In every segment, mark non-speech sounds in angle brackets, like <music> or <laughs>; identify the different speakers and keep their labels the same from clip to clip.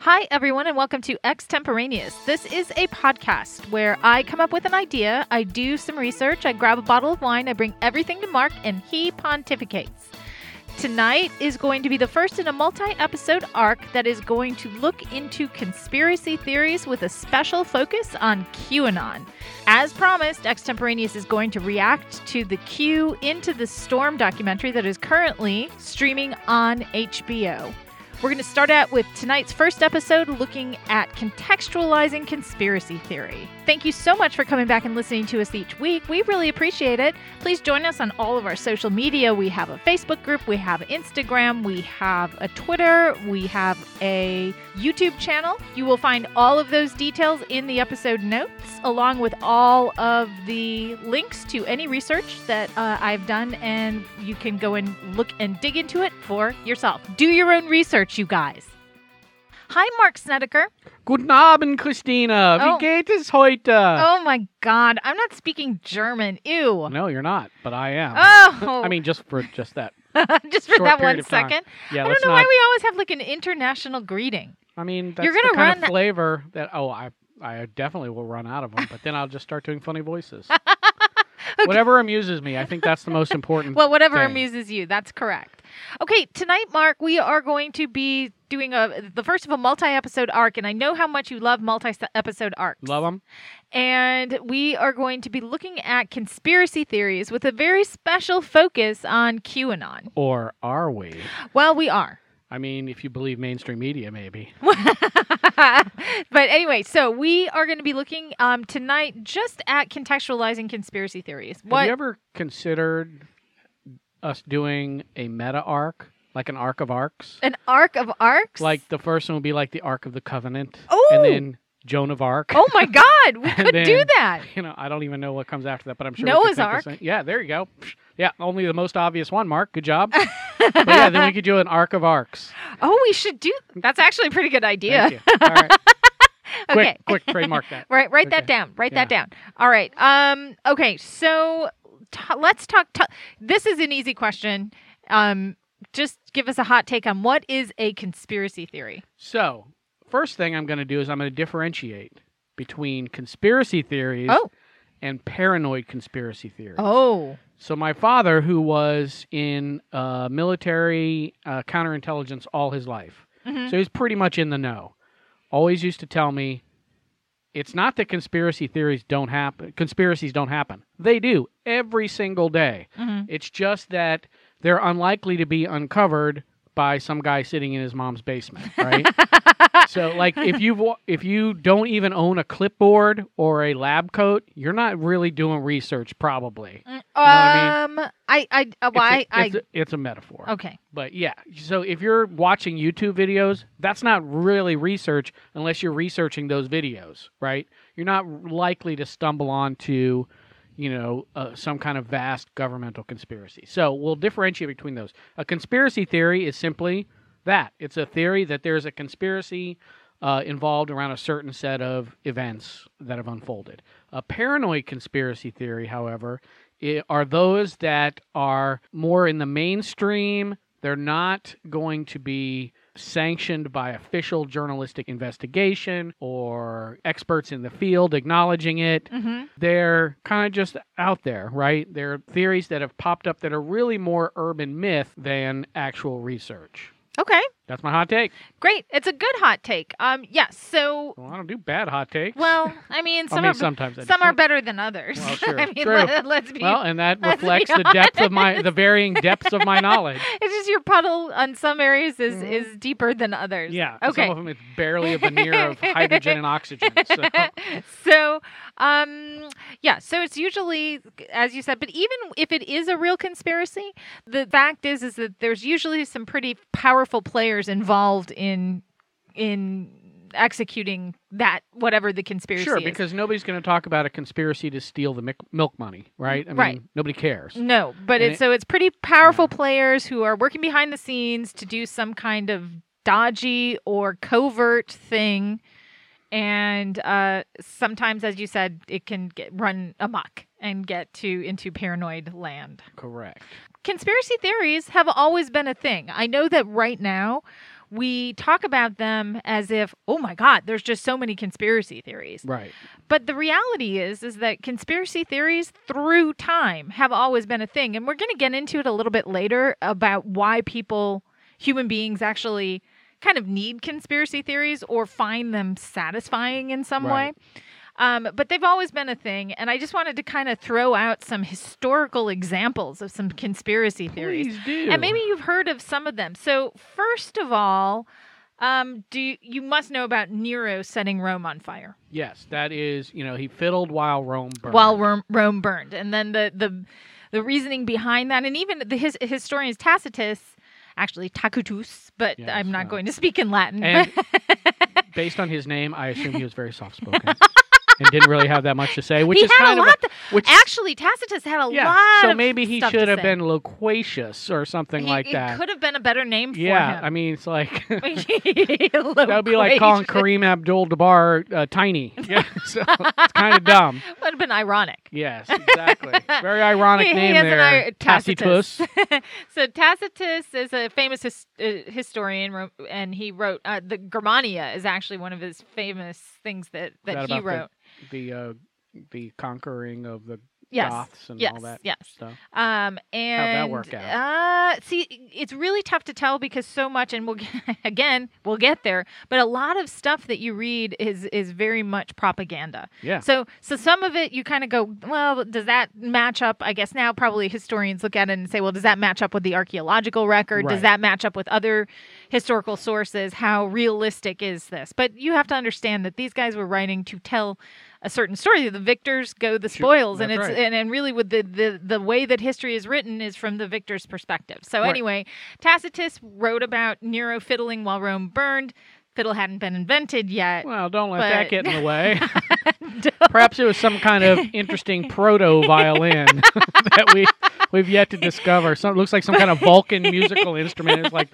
Speaker 1: Hi, everyone, and welcome to Extemporaneous. This is a podcast where I come up with an idea, I do some research, I grab a bottle of wine, I bring everything to Mark, and he pontificates. Tonight is going to be the first in a multi episode arc that is going to look into conspiracy theories with a special focus on QAnon. As promised, Extemporaneous is going to react to the Q Into the Storm documentary that is currently streaming on HBO. We're going to start out with tonight's first episode looking at contextualizing conspiracy theory. Thank you so much for coming back and listening to us each week. We really appreciate it. Please join us on all of our social media. We have a Facebook group, we have Instagram, we have a Twitter, we have a YouTube channel. You will find all of those details in the episode notes, along with all of the links to any research that uh, I've done, and you can go and look and dig into it for yourself. Do your own research, you guys. Hi, Mark Snedeker.
Speaker 2: Guten Abend, Christina.
Speaker 1: Oh.
Speaker 2: Wie geht es heute?
Speaker 1: Oh my God, I'm not speaking German. Ew.
Speaker 2: No, you're not, but I am.
Speaker 1: Oh,
Speaker 2: I mean, just for just that.
Speaker 1: <laughs> just for
Speaker 2: short
Speaker 1: that
Speaker 2: period
Speaker 1: one
Speaker 2: of time.
Speaker 1: second.
Speaker 2: Yeah,
Speaker 1: I don't
Speaker 2: let's
Speaker 1: know
Speaker 2: not.
Speaker 1: why we always have like an international greeting.
Speaker 2: I mean, that's
Speaker 1: You're
Speaker 2: the
Speaker 1: gonna
Speaker 2: kind
Speaker 1: run
Speaker 2: of
Speaker 1: that-
Speaker 2: flavor that. Oh, I I definitely will run out of them, but then I'll just start doing funny voices.
Speaker 1: <laughs>
Speaker 2: Whatever amuses me. I think that's the most important.
Speaker 1: Well, whatever
Speaker 2: thing.
Speaker 1: amuses you, that's correct. Okay, tonight, Mark, we are going to be doing a the first of a multi-episode arc, and I know how much you love multi-episode arcs.
Speaker 2: Love them.
Speaker 1: And we are going to be looking at conspiracy theories with a very special focus on QAnon.
Speaker 2: Or are we?
Speaker 1: Well, we are. <laughs>
Speaker 2: I mean, if you believe mainstream media, maybe.
Speaker 1: but anyway, so we are going to be looking um, tonight just at contextualizing conspiracy theories. What?
Speaker 2: Have you ever considered us doing a meta arc, like an arc of arcs?
Speaker 1: An arc of arcs?
Speaker 2: Like the first one would be like the Ark of the Covenant,
Speaker 1: Oh!
Speaker 2: and then Joan of Arc.
Speaker 1: <laughs> oh my God, we
Speaker 2: And
Speaker 1: could do
Speaker 2: then-
Speaker 1: that.
Speaker 2: <laughs> You know, I don't even know what comes after that, but I'm sure we
Speaker 1: Noah's
Speaker 2: could think of
Speaker 1: Ark.
Speaker 2: something. Yeah, there you go. Psh, Yeah, only the most obvious one. Mark,
Speaker 1: <laughs>
Speaker 2: good job. but yeah, then we could do an Ark of Arcs.
Speaker 1: Oh, we should do. That's actually a pretty good idea.
Speaker 2: Thank you. All right. quick,
Speaker 1: <laughs> Okay.
Speaker 2: quick, trademark that.
Speaker 1: Right, write that
Speaker 2: Okay.
Speaker 1: down. Write that down. All right. Um. Okay. So t- let's talk. T- this is an easy question. Um. Just give us a hot take on what is a conspiracy theory.
Speaker 2: So, first thing I'm going to do is I'm going to differentiate between conspiracy theories
Speaker 1: Oh.
Speaker 2: and paranoid conspiracy theories.
Speaker 1: Oh.
Speaker 2: So my father, who was in uh, military uh, counterintelligence all his life,
Speaker 1: Mhm.
Speaker 2: so he's pretty much in the know. Always used to tell me, it's not that conspiracy theories don't happen. Conspiracies don't happen. They do every single day.
Speaker 1: Mhm.
Speaker 2: It's just that they're unlikely to be uncovered by some guy sitting in his mom's basement, right? so like if you have if you don't even own a clipboard or a lab coat, you're not really doing research probably.
Speaker 1: Mm,
Speaker 2: I
Speaker 1: Um. I. I. Uh,
Speaker 2: It's a-
Speaker 1: why? I.
Speaker 2: It's, a, it's a metaphor.
Speaker 1: Okay.
Speaker 2: But yeah, so if you're watching YouTube videos, that's not really research unless you're researching those videos, right? You're not likely to stumble onto, you know, uh, some kind of vast governmental conspiracy. So we'll differentiate between those. A conspiracy theory is simply that it's a theory that there's a conspiracy uh, involved around a certain set of events that have unfolded. A paranoid conspiracy theory, however, i are those that are more in the mainstream. They're not going to be sanctioned by official journalistic investigation or experts in the field acknowledging it.
Speaker 1: Mm-hmm.
Speaker 2: They're kind of just out there, right? They're theories that have popped up that are really more urban myth than actual research.
Speaker 1: Okay.
Speaker 2: That's my
Speaker 1: <laughs>
Speaker 2: hot take.
Speaker 1: Great. It's a good hot take. Um. Yes. so.
Speaker 2: Well, I don't do bad hot takes.
Speaker 1: Well, I mean, some
Speaker 2: I mean,
Speaker 1: are
Speaker 2: sometimes I
Speaker 1: some
Speaker 2: do.
Speaker 1: are better than others.
Speaker 2: Well,
Speaker 1: <laughs>
Speaker 2: sure.
Speaker 1: I mean,
Speaker 2: True.
Speaker 1: Let, let's be
Speaker 2: Well,
Speaker 1: <laughs>
Speaker 2: and that
Speaker 1: Let's be
Speaker 2: reflects the depth of my, the varying depths of my
Speaker 1: <laughs>
Speaker 2: knowledge.
Speaker 1: It's just your puddle on some areas is
Speaker 2: Mhm.
Speaker 1: is deeper than others.
Speaker 2: Yeah.
Speaker 1: Okay.
Speaker 2: Some of them it's barely a veneer
Speaker 1: <laughs>
Speaker 2: of hydrogen and oxygen. So
Speaker 1: so, um, yeah. So it's usually, as you said, but even if it is a real conspiracy, the fact is is that there's usually some pretty powerful players involved in in executing that whatever the conspiracy
Speaker 2: sure,
Speaker 1: is.
Speaker 2: because nobody's going to talk about a conspiracy to steal the mic- milk money, right? I mean,
Speaker 1: Right. Mm.
Speaker 2: Nobody cares.
Speaker 1: No, but
Speaker 2: And
Speaker 1: it's
Speaker 2: it-
Speaker 1: so it's pretty powerful players who are working behind the scenes to do some kind of dodgy or covert thing, and uh, sometimes, as you said, it can get run amok and get to into paranoid land.
Speaker 2: Correct.
Speaker 1: Conspiracy theories have always been a thing. I know that right now we talk about them as if, oh my God, there's just so many conspiracy theories.
Speaker 2: Right.
Speaker 1: But the reality is is that conspiracy theories through time have always been a thing and we're going to get into it a little bit later about why people human beings actually kind of need conspiracy theories or find them satisfying in some
Speaker 2: Right.
Speaker 1: way. Um, but they've always been a thing, and I just wanted to kind of throw out some historical examples of some conspiracy theories.
Speaker 2: Please do.
Speaker 1: And maybe you've heard of some of them. So first of all, um, do you, you must know about Nero setting Rome on fire
Speaker 2: Yes, that is, you know, he fiddled while Rome burned.
Speaker 1: while Rome, Rome burned, and then the the the reasoning behind that, and even the his, historians Tacitus, actually Tacitus, but
Speaker 2: Yes,
Speaker 1: I'm not
Speaker 2: no.
Speaker 1: going to speak in Latin.
Speaker 2: And-
Speaker 1: but-
Speaker 2: <laughs> based on his name, I assume he was very soft
Speaker 1: <laughs>
Speaker 2: spoken and didn't really have that much to say, which
Speaker 1: he
Speaker 2: is
Speaker 1: had
Speaker 2: kind
Speaker 1: a
Speaker 2: of
Speaker 1: lot.
Speaker 2: a, which
Speaker 1: actually, Tacitus had a
Speaker 2: yeah.
Speaker 1: lot.
Speaker 2: so
Speaker 1: of
Speaker 2: maybe he
Speaker 1: stuff to
Speaker 2: should have
Speaker 1: say.
Speaker 2: been loquacious or something
Speaker 1: He-
Speaker 2: like
Speaker 1: it
Speaker 2: that.
Speaker 1: Could have been a better name
Speaker 2: yeah,
Speaker 1: for
Speaker 2: I
Speaker 1: him.
Speaker 2: mean, it's like <laughs>
Speaker 1: <laughs>
Speaker 2: that
Speaker 1: that
Speaker 2: would be like calling Kareem Abdul-Jabbar uh, tiny. <laughs> Yeah, so it's kind of dumb.
Speaker 1: Would have been ironic.
Speaker 2: Yes, exactly. Very
Speaker 1: <laughs>
Speaker 2: ironic
Speaker 1: He- he
Speaker 2: name
Speaker 1: has an
Speaker 2: there.
Speaker 1: ir- Tacitus.
Speaker 2: Tacitus.
Speaker 1: <laughs> so Tacitus is a famous his- uh, historian, ro- and he wrote uh, the Germania is actually one of his famous things that that,
Speaker 2: that
Speaker 1: he
Speaker 2: about
Speaker 1: wrote.
Speaker 2: the the uh, the conquering of the
Speaker 1: yes,
Speaker 2: Goths and
Speaker 1: yes,
Speaker 2: all that
Speaker 1: yes.
Speaker 2: stuff.
Speaker 1: Um, and
Speaker 2: work
Speaker 1: Uh, see, it's really tough to tell because so much, and we'll get, <laughs> again we'll get there. But a lot of stuff that you read is is very much propaganda.
Speaker 2: Yeah.
Speaker 1: So so some of it you kind of go, well, does that match up? I guess now probably historians look at it and say, well, does that match up with the archaeological record?
Speaker 2: Right.
Speaker 1: Does that match up with other historical sources? How realistic is this? But you have to understand that these guys were writing to tell a certain story. The victors go the
Speaker 2: Sure.
Speaker 1: spoils, and
Speaker 2: That's
Speaker 1: it's
Speaker 2: right.
Speaker 1: and, and really with the, the the way that history is written is from the victor's perspective. So
Speaker 2: Right.
Speaker 1: anyway, Tacitus wrote about Nero fiddling while Rome burned. Fiddle hadn't been invented yet.
Speaker 2: Well, don't let that
Speaker 1: But-
Speaker 2: get in the way.
Speaker 1: <laughs>
Speaker 2: Perhaps it was some kind of interesting proto violin <laughs> that we we've yet to discover. Some looks like some kind of Vulcan musical instrument. It's like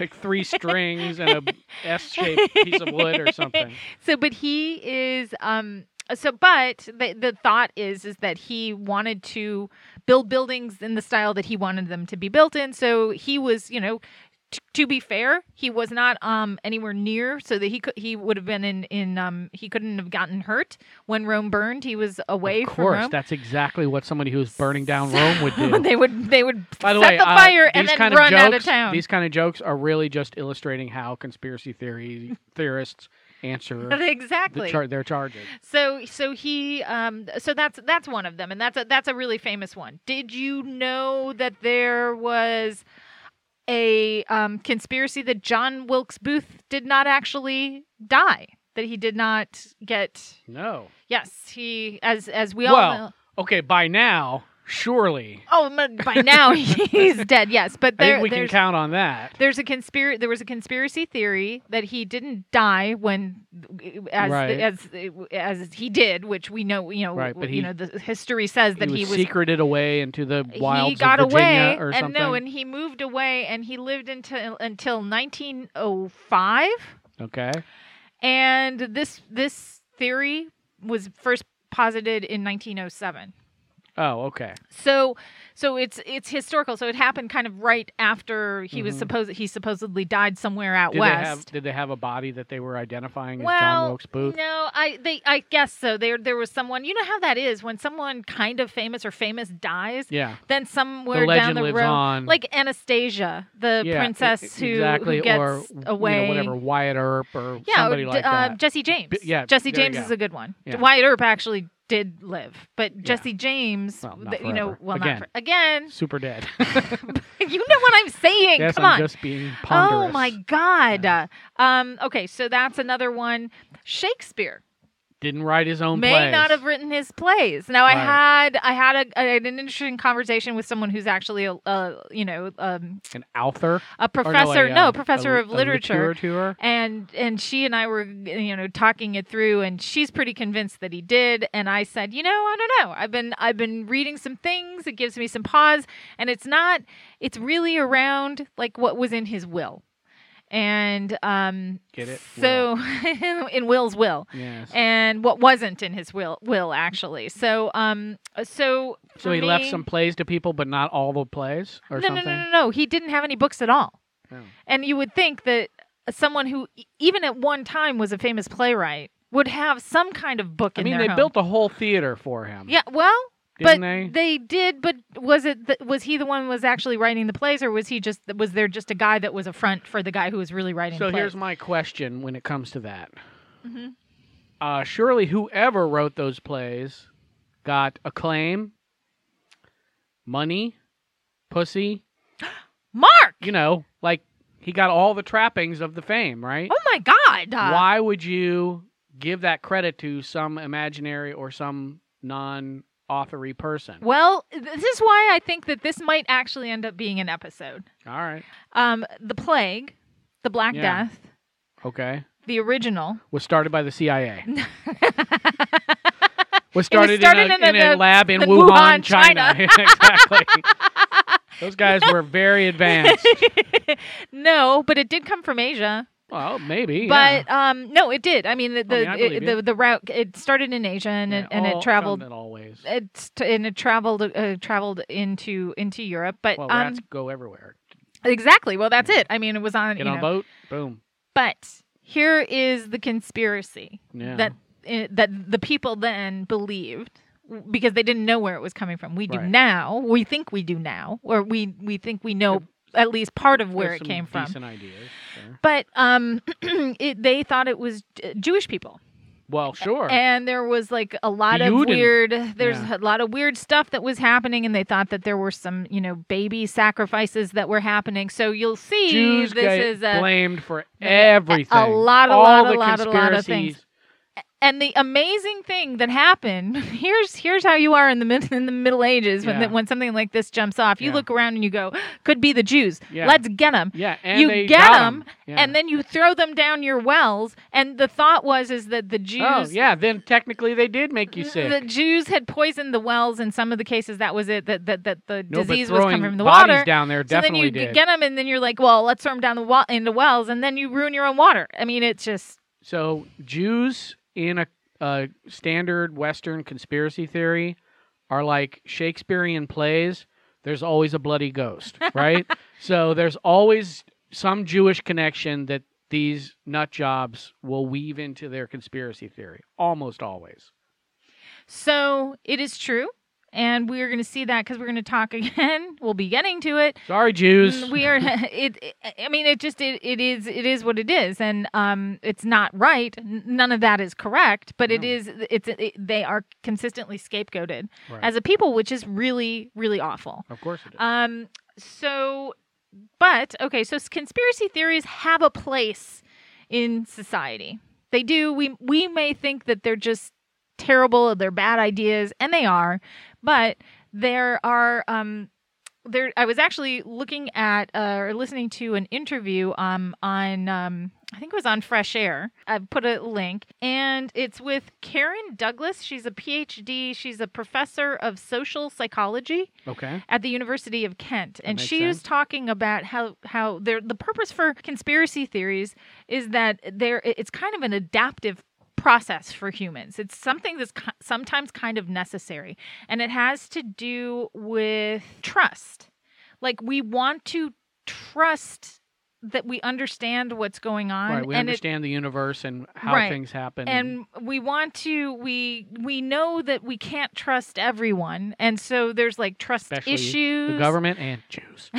Speaker 2: like three strings and a S-shaped piece of wood or
Speaker 1: <laughs>
Speaker 2: something.
Speaker 1: so but he is um so but the the thought is is that he wanted to build buildings in the style that he wanted them to be built in so he was you know t- to be fair, he was not um, anywhere near, so that he could he would have been in in um, he couldn't have gotten hurt when Rome burned. He was away
Speaker 2: of
Speaker 1: from
Speaker 2: course,
Speaker 1: Rome.
Speaker 2: that's exactly what somebody who's burning down Rome would do.
Speaker 1: <laughs> they would they would
Speaker 2: By the
Speaker 1: set
Speaker 2: way,
Speaker 1: the
Speaker 2: uh,
Speaker 1: fire and
Speaker 2: these
Speaker 1: then
Speaker 2: kind
Speaker 1: run
Speaker 2: of
Speaker 1: out
Speaker 2: jokes,
Speaker 1: of town. <laughs>
Speaker 2: These kind of jokes are really just illustrating how conspiracy theory theorists answer the
Speaker 1: exactly.
Speaker 2: char- their charges.
Speaker 1: So so he um so that's that's one of them and that's a that's a really famous one. Did you know that there was a um, conspiracy that John Wilkes Booth did not actually die? That he did not get
Speaker 2: No.
Speaker 1: yes, he as as we all
Speaker 2: Well,
Speaker 1: know.
Speaker 2: Okay, by now, surely
Speaker 1: Oh, but by now <laughs> he's dead. Yes, but
Speaker 2: I
Speaker 1: there
Speaker 2: think we can
Speaker 1: there's
Speaker 2: count on that.
Speaker 1: there's a conspiracy there was a conspiracy theory that he didn't die when as
Speaker 2: Right.
Speaker 1: as as he did which we know you know
Speaker 2: Right, but
Speaker 1: you
Speaker 2: he-
Speaker 1: know the history says that
Speaker 2: he
Speaker 1: he
Speaker 2: was
Speaker 1: was
Speaker 2: secreted away into the wilds
Speaker 1: he got
Speaker 2: of Virginia
Speaker 1: away
Speaker 2: or
Speaker 1: and
Speaker 2: something.
Speaker 1: no and he moved away and he lived until until 1905
Speaker 2: okay.
Speaker 1: and this this theory was first posited in 1907
Speaker 2: Oh, okay.
Speaker 1: so so it's it's historical so it happened kind of right after he was
Speaker 2: Mhm.
Speaker 1: supposed he supposedly died somewhere out
Speaker 2: Did
Speaker 1: west
Speaker 2: they have did they have a body that they were identifying as
Speaker 1: well,
Speaker 2: John Wilkes Booth?
Speaker 1: No, I they I guess so. There there was someone. You know how that is when someone kind of famous or famous dies,
Speaker 2: Yeah.
Speaker 1: then
Speaker 2: The
Speaker 1: somewhere down
Speaker 2: legend
Speaker 1: the
Speaker 2: lives
Speaker 1: road,
Speaker 2: on.
Speaker 1: like Anastasia, the
Speaker 2: Yeah, e-
Speaker 1: princess who, who
Speaker 2: exactly,
Speaker 1: gets
Speaker 2: or
Speaker 1: away.
Speaker 2: you know, whatever Wyatt Earp or
Speaker 1: Yeah, or
Speaker 2: somebody
Speaker 1: d-
Speaker 2: like
Speaker 1: uh,
Speaker 2: that.
Speaker 1: Jesse James.
Speaker 2: B- yeah,
Speaker 1: Jesse
Speaker 2: there you
Speaker 1: James
Speaker 2: go.
Speaker 1: is a good one.
Speaker 2: Yeah.
Speaker 1: Wyatt Earp actually did live, but Jesse James,
Speaker 2: Well, not
Speaker 1: th- you know,
Speaker 2: forever.
Speaker 1: well, not
Speaker 2: Again.
Speaker 1: for, again. <laughs>
Speaker 2: Super dead.
Speaker 1: you know what I'm saying?
Speaker 2: <laughs> yes,
Speaker 1: Come
Speaker 2: I'm
Speaker 1: on.
Speaker 2: just being ponderous.
Speaker 1: Oh my God.
Speaker 2: Yeah.
Speaker 1: Um, okay, so that's another one. Shakespeare
Speaker 2: Didn't write his own
Speaker 1: may
Speaker 2: plays.
Speaker 1: not have written his plays. Now I
Speaker 2: Right.
Speaker 1: had I had a, a- an interesting conversation with someone who's actually a, a you know um,
Speaker 2: an author.
Speaker 1: a
Speaker 2: Or
Speaker 1: professor,
Speaker 2: no, a,
Speaker 1: no,
Speaker 2: uh,
Speaker 1: professor
Speaker 2: a-
Speaker 1: of
Speaker 2: a
Speaker 1: literature.
Speaker 2: literateur.
Speaker 1: And and she and I were you know talking it through, and she's pretty convinced that he did. And I said, you know, I don't know. I've been I've been reading some things. It gives me some pause, and it's not. It's really around like what was in his will, and um.
Speaker 2: Get it?
Speaker 1: So <laughs> in Will's will
Speaker 2: Yes.
Speaker 1: and what wasn't in his will will actually. So um so
Speaker 2: so
Speaker 1: for
Speaker 2: he left
Speaker 1: me-
Speaker 2: some plays to people, but not all the plays or
Speaker 1: no,
Speaker 2: something. Oh.
Speaker 1: No, no, no, no. He didn't have any books at all.
Speaker 2: Yeah.
Speaker 1: And you would think that someone who, e- even at one time, was a famous playwright would have some kind of book
Speaker 2: I
Speaker 1: in
Speaker 2: mean,
Speaker 1: their
Speaker 2: they
Speaker 1: home.
Speaker 2: built a whole theater for him.
Speaker 1: Yeah, well,
Speaker 2: Didn't
Speaker 1: but
Speaker 2: they?
Speaker 1: did. But was it? The, was he the one who was actually writing the plays, or was he just? Was there just a guy that was a front for the guy who was really writing?
Speaker 2: So
Speaker 1: plays?
Speaker 2: here's my question when it comes to that.
Speaker 1: Mhm.
Speaker 2: Uh, surely whoever wrote those plays got acclaim, money, pussy,
Speaker 1: Mark.
Speaker 2: you know, like he got all the trappings of the fame, right?
Speaker 1: Oh my God. uh,
Speaker 2: Why would you give that credit to some imaginary or some non authory person?
Speaker 1: Well, this is why I think that this might actually end up being an episode.
Speaker 2: all right.
Speaker 1: Um, the plague, the Black
Speaker 2: Yeah.
Speaker 1: Death,
Speaker 2: Okay.
Speaker 1: the original. <laughs>
Speaker 2: Was started by the CIA. was
Speaker 1: started
Speaker 2: started,
Speaker 1: in started a- in
Speaker 2: in, a,
Speaker 1: a- in a the-
Speaker 2: lab in
Speaker 1: the
Speaker 2: Wuhan,
Speaker 1: Wuhan,
Speaker 2: China.
Speaker 1: China.
Speaker 2: <laughs>
Speaker 1: <laughs>
Speaker 2: exactly. Those guys were very advanced.
Speaker 1: No, but it did come from Asia.
Speaker 2: Well, maybe.
Speaker 1: But um, no, it did. I mean, the the,
Speaker 2: mean, I believe
Speaker 1: it,
Speaker 2: you.
Speaker 1: the the route it started in Asia and it, and it traveled. uh,
Speaker 2: always.
Speaker 1: It's t- and it traveled uh, traveled into into Europe, but
Speaker 2: Well,
Speaker 1: um,
Speaker 2: rats go everywhere.
Speaker 1: exactly. Well, that's it. I mean, it was on.
Speaker 2: Get
Speaker 1: you
Speaker 2: on
Speaker 1: know.
Speaker 2: a boat, boom.
Speaker 1: But here is the conspiracy
Speaker 2: Yeah.
Speaker 1: that uh, that the people then believed w- because they didn't know where it was coming from. We do
Speaker 2: Right.
Speaker 1: now. We think we do now, or we we think we know at least part of where
Speaker 2: There's
Speaker 1: it
Speaker 2: some
Speaker 1: came from.
Speaker 2: Decent ideas. there.
Speaker 1: But um, <clears throat> it, they thought it was uh, Jewish people,
Speaker 2: Well, sure.
Speaker 1: and there was like a lot
Speaker 2: The
Speaker 1: of
Speaker 2: Juden.
Speaker 1: weird. There's
Speaker 2: Yeah.
Speaker 1: a lot of weird stuff that was happening, and they thought that there were some, you know, baby sacrifices that were happening. So you'll see,
Speaker 2: Jews
Speaker 1: this
Speaker 2: get
Speaker 1: is a
Speaker 2: blamed for everything.
Speaker 1: lot, a
Speaker 2: All
Speaker 1: lot,
Speaker 2: the
Speaker 1: a lot, a lot of things.
Speaker 2: conspiracies.
Speaker 1: and the amazing thing that happened <laughs> here's here's how you are in the mid, in the Middle Ages when
Speaker 2: Yeah.
Speaker 1: the, when something like this jumps off. You
Speaker 2: Yeah.
Speaker 1: look around and you go, could be the Jews.
Speaker 2: Yeah.
Speaker 1: Let's get them.
Speaker 2: Yeah, and
Speaker 1: you
Speaker 2: they
Speaker 1: get 'em,
Speaker 2: got 'em. Yeah.
Speaker 1: And then you throw them down your wells. And the thought was is that the Jews.
Speaker 2: Oh yeah, then technically they did make you sick.
Speaker 1: The Jews had poisoned the wells in some of the cases. That was it. That that, that the
Speaker 2: no,
Speaker 1: disease
Speaker 2: but
Speaker 1: was
Speaker 2: throwing
Speaker 1: coming from the
Speaker 2: bodies
Speaker 1: water.
Speaker 2: down there
Speaker 1: so then
Speaker 2: definitely
Speaker 1: you
Speaker 2: did.
Speaker 1: get them, and then you're like, well, let's throw them down the wa- into wells, and then you ruin your own water. I mean, it's just
Speaker 2: So Jews in a, a standard Western conspiracy theory are like Shakespearean plays. There's always a bloody
Speaker 1: <laughs>
Speaker 2: ghost, right? so there's always some Jewish connection that these nut jobs will weave into their conspiracy theory. Almost always.
Speaker 1: So it is true. And we're going to see that because we're going to talk <laughs> again. We'll be getting to it.
Speaker 2: Sorry, Jews.
Speaker 1: Mm, We are. <laughs> It, it- I mean, it just it, it is it is what it is, and um, it's not right. N- None of that is correct, but it
Speaker 2: No.
Speaker 1: is. It's it, they are consistently scapegoated
Speaker 2: Right.
Speaker 1: as a people, which is really really awful.
Speaker 2: of course it is.
Speaker 1: Um. So, but okay. So s- conspiracy theories have a place in society. They do. We we may think that they're just terrible. They're bad ideas, and they are. But there are um. There, I was actually looking at uh, or listening to an interview um, on um, I think it was on Fresh Air. I've put a link, and it's with Karen Douglas. She's a PhD. She's a professor of social psychology
Speaker 2: okay.
Speaker 1: at the University of Kent, and
Speaker 2: makes
Speaker 1: she was
Speaker 2: sense.
Speaker 1: talking about how how there the purpose for conspiracy theories is that there it's kind of an adaptive process for humans. It's something that's ki- sometimes kind of necessary, and it has to do with trust. Like we want to trust that we understand what's going on,
Speaker 2: Right. We
Speaker 1: and it
Speaker 2: understand the universe and how
Speaker 1: Right.
Speaker 2: things happen.
Speaker 1: and we want to we we know that we can't trust everyone and so there's like trust
Speaker 2: Especially the
Speaker 1: issues
Speaker 2: the government and Jews.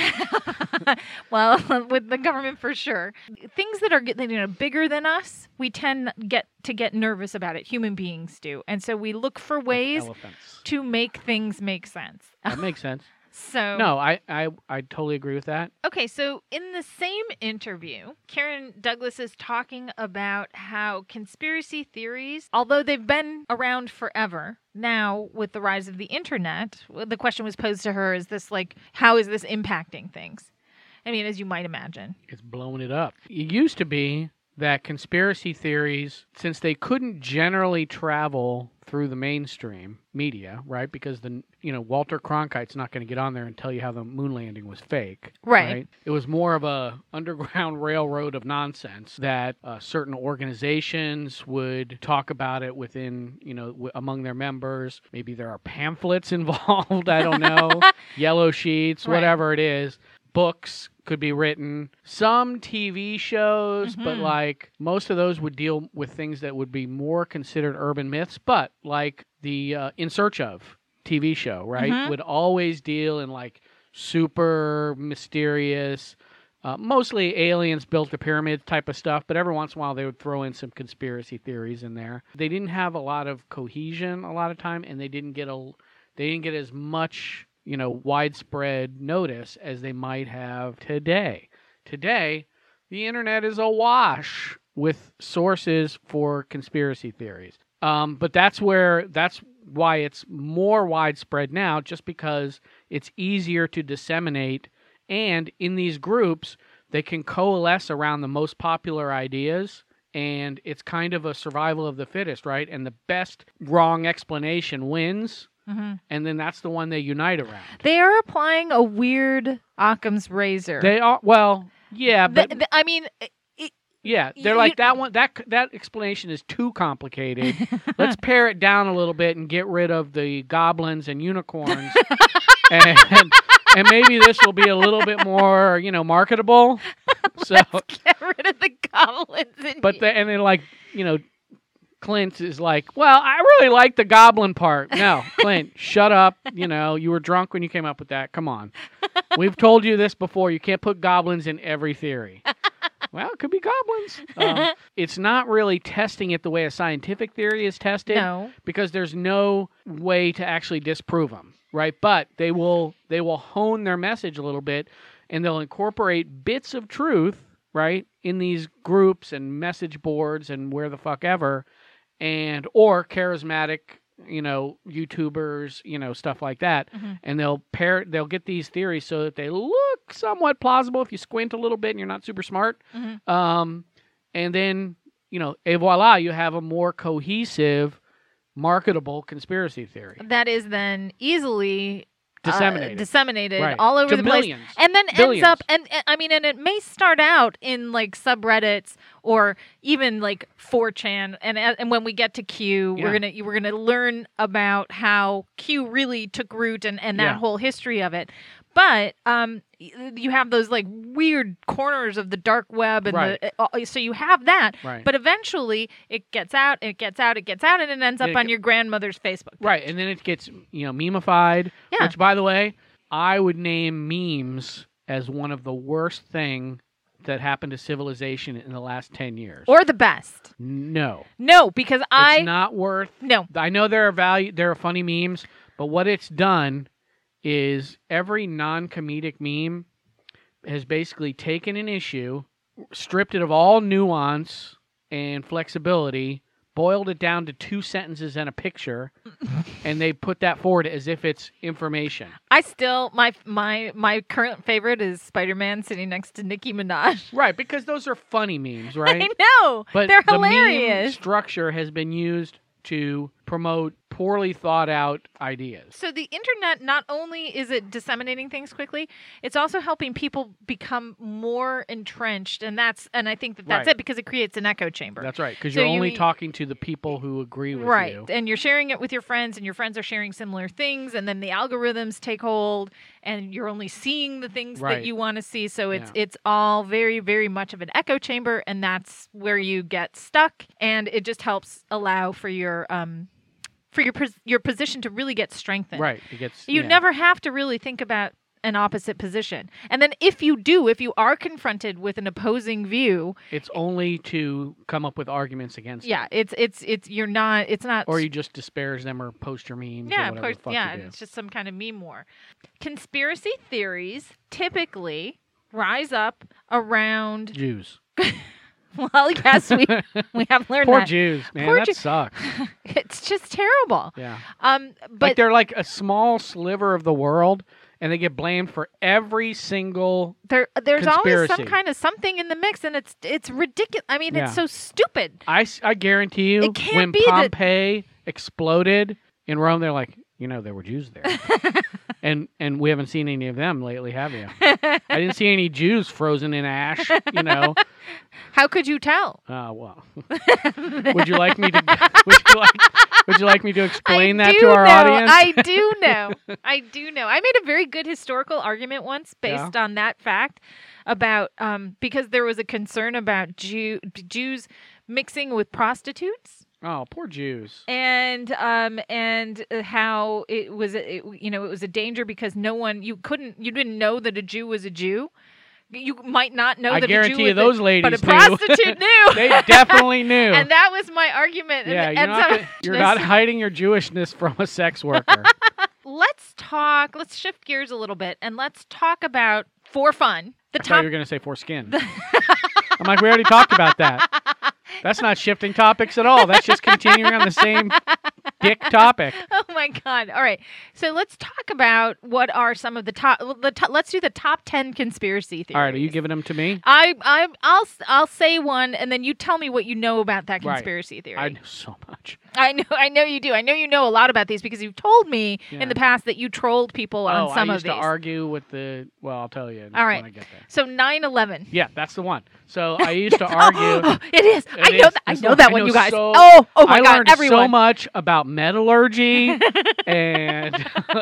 Speaker 1: well <laughs> with the government for sure things that are get- you know bigger than us we tend get to get nervous about it human beings do and so we look for ways
Speaker 2: Elephants.
Speaker 1: to make things make sense
Speaker 2: That makes sense.
Speaker 1: so
Speaker 2: No, I, I, I totally agree with that.
Speaker 1: Okay, so in the same interview, Karen Douglas is talking about how conspiracy theories, although they've been around forever, now with the rise of the internet, well, the question was posed to her is this like, how is this impacting things? I mean, as you might imagine.
Speaker 2: It's blown it up. It used to be that conspiracy theories, since they couldn't generally travel through the mainstream media, right? Because the you know Walter Cronkite's not going to get on there and tell you how the moon landing was fake,
Speaker 1: Right.
Speaker 2: It was more of a underground <laughs> railroad of nonsense that uh, certain organizations would talk about it within you know w- among their members. Maybe there are <laughs>
Speaker 1: <laughs>
Speaker 2: pamphlets involved. I don't know, yellow sheets,
Speaker 1: Right.
Speaker 2: whatever it is, books could be written. Some TV shows, but
Speaker 1: Mhm.
Speaker 2: like most of those would deal with things that would be more considered urban myths, but like the uh, In Search of TV show, right,
Speaker 1: Mhm.
Speaker 2: would always deal in like super mysterious. Uh, mostly aliens built the pyramids type of stuff, but every once in a while they would throw in some conspiracy theories in there. They didn't have a lot of cohesion a lot of time, and they didn't get a they didn't get as much you know widespread notice as they might have today today the internet is awash with sources for conspiracy theories um, but that's where that's why it's more widespread now just because it's easier to disseminate and in these groups they can coalesce around the most popular ideas and it's kind of a survival of the fittest right and the best wrong explanation wins
Speaker 1: Mhm.
Speaker 2: and then that's the one they unite around.
Speaker 1: They are applying a weird Ockham's razor.
Speaker 2: They are well, yeah,
Speaker 1: Th-
Speaker 2: but
Speaker 1: th- I mean, <laughs> i-
Speaker 2: yeah,
Speaker 1: you-
Speaker 2: they're like
Speaker 1: you-
Speaker 2: that one. That c- that explanation is too complicated. Let's pare it down a little bit and get rid of the goblins and unicorns, and and maybe this will be a little bit more you know marketable. So,
Speaker 1: get rid of the goblins. And
Speaker 2: but the, and then like you know. Clint is like, well, I really like the goblin part. No, Clint, shut up. You know, you were drunk when you came up with that. Come on. We've told you this before. You can't put goblins in every theory. well, it could be goblins. Um, it's not really testing it the way a scientific theory is tested
Speaker 1: no,
Speaker 2: because there's no way to actually disprove them, right? But they will they will hone their message a little bit, and they'll incorporate bits of truth, right, in these groups and message boards and where the fuck ever, and or charismatic, you know, YouTubers, you know, stuff like that,
Speaker 1: Mhm.
Speaker 2: and they'll pair they'll get these theories so that they look somewhat plausible if you squint a little bit and you're not super smart,
Speaker 1: Mhm.
Speaker 2: um, and then you know, et voila, you have a more cohesive marketable conspiracy theory
Speaker 1: that is then easily uh,
Speaker 2: disseminated
Speaker 1: disseminated
Speaker 2: Right.
Speaker 1: all over the
Speaker 2: to
Speaker 1: place.
Speaker 2: millions.
Speaker 1: and then ends
Speaker 2: Billions.
Speaker 1: up and, and- i mean and it may start out in like subreddits or even like 4chan and and when we get to q
Speaker 2: Yeah.
Speaker 1: we're gonna we're gonna learn about how q really took root and and that
Speaker 2: Yeah.
Speaker 1: whole history of it but um y- you have those like weird corners of the dark web and the, uh, so you have that
Speaker 2: right.
Speaker 1: but eventually it gets out it gets out it gets out and it ends up
Speaker 2: And it
Speaker 1: on
Speaker 2: get-
Speaker 1: your grandmother's facebook page.
Speaker 2: right, and then it gets you know memeified.
Speaker 1: Yeah.
Speaker 2: Which, by the way, I would name memes as one of the worst thing that happened to civilization in the last ten years.
Speaker 1: or the best
Speaker 2: no,
Speaker 1: no because i
Speaker 2: it's not worth.
Speaker 1: no
Speaker 2: I know there are value, there are funny memes, but what it's done is every non-comedic meme has basically taken an issue, stripped it of all nuance and flexibility, boiled it down to two sentences and a picture, <laughs> and they put that forward as if it's information.
Speaker 1: I still my my my current favorite is Spider Man sitting next to Nicki Minaj. <laughs>
Speaker 2: Right, because those are funny <laughs> memes, right?
Speaker 1: I know
Speaker 2: But
Speaker 1: they're
Speaker 2: the meme
Speaker 1: hilarious.
Speaker 2: structure has been used to promote poorly thought out ideas.
Speaker 1: So the internet not only is it disseminating things quickly, it's also helping people become more entrenched, and that's and I think that that's
Speaker 2: Right.
Speaker 1: it because it creates an echo chamber.
Speaker 2: That's right, because
Speaker 1: So
Speaker 2: you're
Speaker 1: you
Speaker 2: only
Speaker 1: mean-
Speaker 2: talking to the people who agree with
Speaker 1: right,
Speaker 2: you.
Speaker 1: and you're sharing it with your friends, and your friends are sharing similar things, and then the algorithms take hold, and you're only seeing the things
Speaker 2: Right.
Speaker 1: that you want to see. So it's it's all very very much of an echo chamber, and that's where you get stuck. And it just helps allow for your um for your pos- your position to really get strengthened.
Speaker 2: Right, it gets
Speaker 1: You
Speaker 2: yeah.
Speaker 1: never have to really think about an opposite position. And then if you do, if you are confronted with an opposing view,
Speaker 2: It's only to come up with arguments against.
Speaker 1: yeah, it's it's it's you're not it's not
Speaker 2: it. Or you just disparage them or post your memes.
Speaker 1: Yeah, of
Speaker 2: or whatever
Speaker 1: course.
Speaker 2: The fuck
Speaker 1: yeah,
Speaker 2: you
Speaker 1: and
Speaker 2: do.
Speaker 1: it's just some kind of meme war. Conspiracy theories typically rise up around.
Speaker 2: Jews.
Speaker 1: <laughs> Well, yes,
Speaker 2: <laughs>
Speaker 1: we we have learned
Speaker 2: Poor
Speaker 1: that.
Speaker 2: Jews, man.
Speaker 1: Poor
Speaker 2: that
Speaker 1: Jew- <laughs>
Speaker 2: sucks.
Speaker 1: It's just terrible.
Speaker 2: Yeah,
Speaker 1: Um,
Speaker 2: like
Speaker 1: but
Speaker 2: they're like a small sliver of the world, and they get blamed for every single.
Speaker 1: there there's always some
Speaker 2: conspiracy.
Speaker 1: kind of something in the mix, and it's it's ridiculous. I mean, it's
Speaker 2: Yeah.
Speaker 1: so stupid.
Speaker 2: I, s- I guarantee you,
Speaker 1: It can't
Speaker 2: when
Speaker 1: be that-
Speaker 2: Pompeii exploded in Rome, they're like, you know there were
Speaker 1: <laughs>
Speaker 2: Jews there, and and we haven't seen any of them lately, have
Speaker 1: <laughs>
Speaker 2: you? I didn't see any Jews frozen in ash.
Speaker 1: <laughs>
Speaker 2: You know,
Speaker 1: How could you tell?
Speaker 2: uh, well, would you like me to? <laughs> Would you like? Would you like me to explain
Speaker 1: I
Speaker 2: that
Speaker 1: do
Speaker 2: to our
Speaker 1: know,
Speaker 2: audience?
Speaker 1: I do know. I do know. I made a very good historical argument once based on that fact about um, because there was a concern about Jew, Jews mixing with prostitutes
Speaker 2: oh, poor Jews.
Speaker 1: and um, and uh, how it was a- it, you know it was a danger because no one you couldn't you didn't know that a Jew was a Jew. You might not know
Speaker 2: I
Speaker 1: that a Jew
Speaker 2: guarantee you
Speaker 1: was
Speaker 2: those
Speaker 1: a, but a
Speaker 2: ladies knew. <laughs>
Speaker 1: prostitute knew.
Speaker 2: They definitely
Speaker 1: <laughs>
Speaker 2: knew.
Speaker 1: and that was my argument.
Speaker 2: yeah,
Speaker 1: and,
Speaker 2: you're,
Speaker 1: and
Speaker 2: not,
Speaker 1: so-
Speaker 2: gonna-
Speaker 1: <laughs>
Speaker 2: you're not hiding your Jewishness from a sex worker.
Speaker 1: let's talk let's shift gears a little bit and let's talk about for fun the
Speaker 2: I thought
Speaker 1: top
Speaker 2: you were going to say foreskin. I'm like, we already talked about that. That's not shifting topics at all. That's just continuing on the same dick topic.
Speaker 1: <laughs> oh my god all right so let's talk about what are some of the top the top, let's do the top 10 conspiracy theories
Speaker 2: All right, are you giving them to me?
Speaker 1: I, I I'll s- I'll say one and then you tell me what you know about that
Speaker 2: Right.
Speaker 1: conspiracy theory.
Speaker 2: I know so much.
Speaker 1: I know <laughs> I know you do. I know you know a lot about these because you've told me
Speaker 2: Yeah.
Speaker 1: in the past that you trolled people on
Speaker 2: oh,
Speaker 1: some
Speaker 2: I
Speaker 1: of
Speaker 2: used
Speaker 1: these.
Speaker 2: to argue with the. Well, I'll tell you.
Speaker 1: All right.
Speaker 2: When I get there.
Speaker 1: so 9/11.
Speaker 2: Yeah, that's the one.
Speaker 1: <laughs>
Speaker 2: So I used to argue.
Speaker 1: Oh, <laughs> it is. I
Speaker 2: It
Speaker 1: know
Speaker 2: is.
Speaker 1: that I
Speaker 2: This
Speaker 1: know
Speaker 2: one-
Speaker 1: that
Speaker 2: I
Speaker 1: one
Speaker 2: know
Speaker 1: you guys.
Speaker 2: so-
Speaker 1: oh, oh my
Speaker 2: I
Speaker 1: god,
Speaker 2: learned
Speaker 1: everyone.
Speaker 2: so much
Speaker 1: <laughs>
Speaker 2: about metallurgy and
Speaker 1: All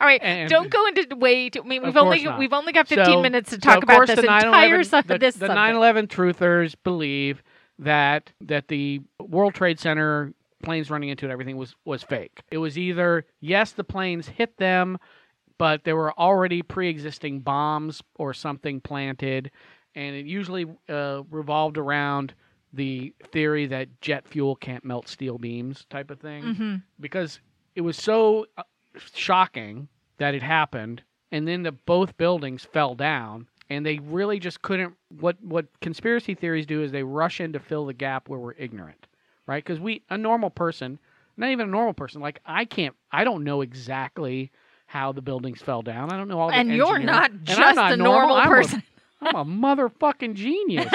Speaker 1: right,
Speaker 2: And-
Speaker 1: don't go into way too. I mean,
Speaker 2: Of
Speaker 1: we've only
Speaker 2: course not.
Speaker 1: we've only got
Speaker 2: So-
Speaker 1: 15 minutes to
Speaker 2: so
Speaker 1: talk
Speaker 2: of
Speaker 1: about
Speaker 2: course
Speaker 1: this
Speaker 2: the 9/11
Speaker 1: entire sub-
Speaker 2: the,
Speaker 1: this
Speaker 2: the
Speaker 1: subject.
Speaker 2: 9/11 truthers believe that that the World Trade Center planes running into it everything was was fake. It was either yes the planes hit them, but there were already pre-existing bombs or something planted, and it usually uh, revolved around the theory that jet fuel can't melt steel beams type of thing
Speaker 1: Mhm.
Speaker 2: because it was so uh, shocking that it happened and then the both buildings fell down and they really just couldn't what what conspiracy theories do is they rush in to fill the gap where we're ignorant right because we a normal person not even a normal person like i can't i don't know exactly how the buildings fell down i don't know all the
Speaker 1: And you're
Speaker 2: engineering-
Speaker 1: not
Speaker 2: and I'm
Speaker 1: just
Speaker 2: not
Speaker 1: a normal,
Speaker 2: I'm
Speaker 1: person.
Speaker 2: <laughs> I'm a
Speaker 1: <laughs>
Speaker 2: motherfucking genius.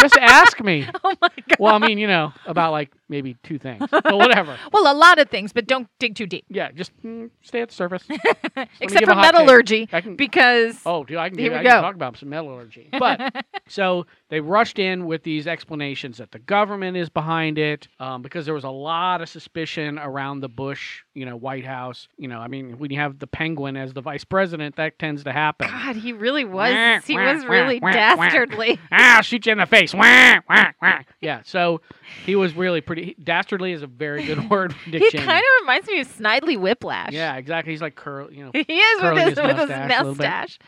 Speaker 2: Just ask me.
Speaker 1: oh my god.
Speaker 2: Well, I mean, you know, about like maybe two things, but
Speaker 1: <laughs>
Speaker 2: whatever.
Speaker 1: Well, a lot of things, but don't dig too deep.
Speaker 2: Yeah, just mm, stay at
Speaker 1: <laughs>
Speaker 2: the surface. Just let me
Speaker 1: Except
Speaker 2: give
Speaker 1: for
Speaker 2: a hot take.
Speaker 1: metallurgy,
Speaker 2: I can-
Speaker 1: because
Speaker 2: Oh, dude, I can,
Speaker 1: Here we
Speaker 2: give, I can
Speaker 1: go.
Speaker 2: talk about some metallurgy.
Speaker 1: <laughs>
Speaker 2: But so they rushed in with these explanations that the government is behind it um, because there was a lot of suspicion around the Bush, you know, White House. You know, I mean, when you have the penguin as the vice president, that tends to happen.
Speaker 1: God, he really was
Speaker 2: Wah,
Speaker 1: he
Speaker 2: wah,
Speaker 1: was
Speaker 2: wah,
Speaker 1: really
Speaker 2: wah, wah.
Speaker 1: dastardly.
Speaker 2: Ah, I'll shoot you in the face. Wah, wah, wah. Yeah, so he was really pretty. Dastardly is a very good <laughs> word for Dick
Speaker 1: He
Speaker 2: Cheney.
Speaker 1: kind of reminds me of Snidely Whiplash.
Speaker 2: yeah, exactly. He's like curl, you know,
Speaker 1: He is with
Speaker 2: Curling
Speaker 1: his,
Speaker 2: his
Speaker 1: with his
Speaker 2: mustache a little bit.
Speaker 1: mustache.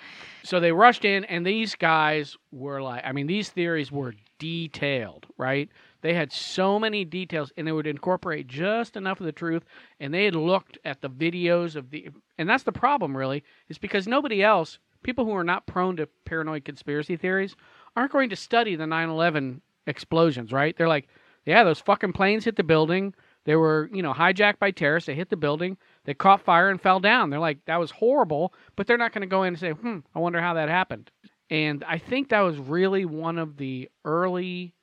Speaker 2: So they rushed in, and these guys were like, I mean, these theories were detailed, right? They had so many details, and they would incorporate just enough of the truth. And they had looked at the videos of the, and that's the problem, really, is because nobody else, people who are not prone to paranoid conspiracy theories, aren't going to study the 9 11 explosions, right? They're like, yeah, those fucking planes hit the building. They were, you know, hijacked by terrorists. They hit the building. They caught fire and fell down. They're like, that was horrible, but they're not going to go in and say, hmm, I wonder how that happened. And I think that was really one of the early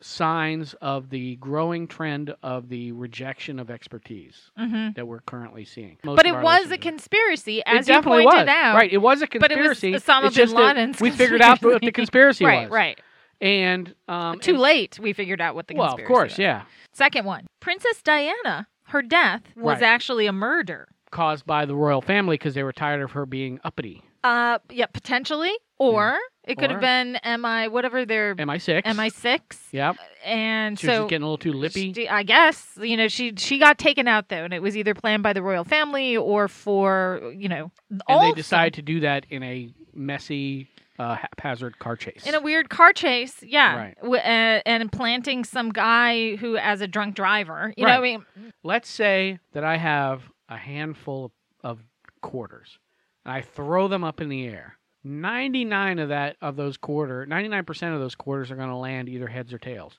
Speaker 2: signs of the growing trend of the rejection of expertise
Speaker 1: hmm
Speaker 2: that we're currently seeing.
Speaker 1: But it was a conspiracy,
Speaker 2: It
Speaker 1: as you
Speaker 2: definitely
Speaker 1: pointed
Speaker 2: was.
Speaker 1: out.
Speaker 2: Right, it was a
Speaker 1: But it was
Speaker 2: conspiracy.
Speaker 1: Osama
Speaker 2: It's just
Speaker 1: bin
Speaker 2: that
Speaker 1: Laden's
Speaker 2: We figured out what the
Speaker 1: conspiracy. <laughs>
Speaker 2: conspiracy
Speaker 1: right,
Speaker 2: was.
Speaker 1: right.
Speaker 2: And um,
Speaker 1: Too
Speaker 2: and-
Speaker 1: late, we figured out what the
Speaker 2: Well, of
Speaker 1: conspiracy
Speaker 2: course,
Speaker 1: was.
Speaker 2: yeah.
Speaker 1: Second one, Princess Diana, her death was
Speaker 2: Right.
Speaker 1: actually a murder.
Speaker 2: Caused by the royal family because they were tired of her being uppity.
Speaker 1: Uh, yeah, potentially, or it could
Speaker 2: Hmm. Or-
Speaker 1: have been MI whatever their
Speaker 2: Am I six?
Speaker 1: MI six,
Speaker 2: Yep.
Speaker 1: and
Speaker 2: She was
Speaker 1: so
Speaker 2: just getting a little too lippy.
Speaker 1: she- I guess you know she she got taken out though, and it was either planned by the royal family or for you know
Speaker 2: and
Speaker 1: also-
Speaker 2: they decide to do that in a messy, uh, haphazard car chase.
Speaker 1: in a weird car chase, yeah,
Speaker 2: Right.
Speaker 1: w- uh, and planting some guy who as a drunk driver, you know, what I mean,
Speaker 2: Let's say that I have a handful of quarters, and I throw them up in the air. Ninety-nine of that of those quarter, ninety-nine percent of those quarters are going to land either heads or tails.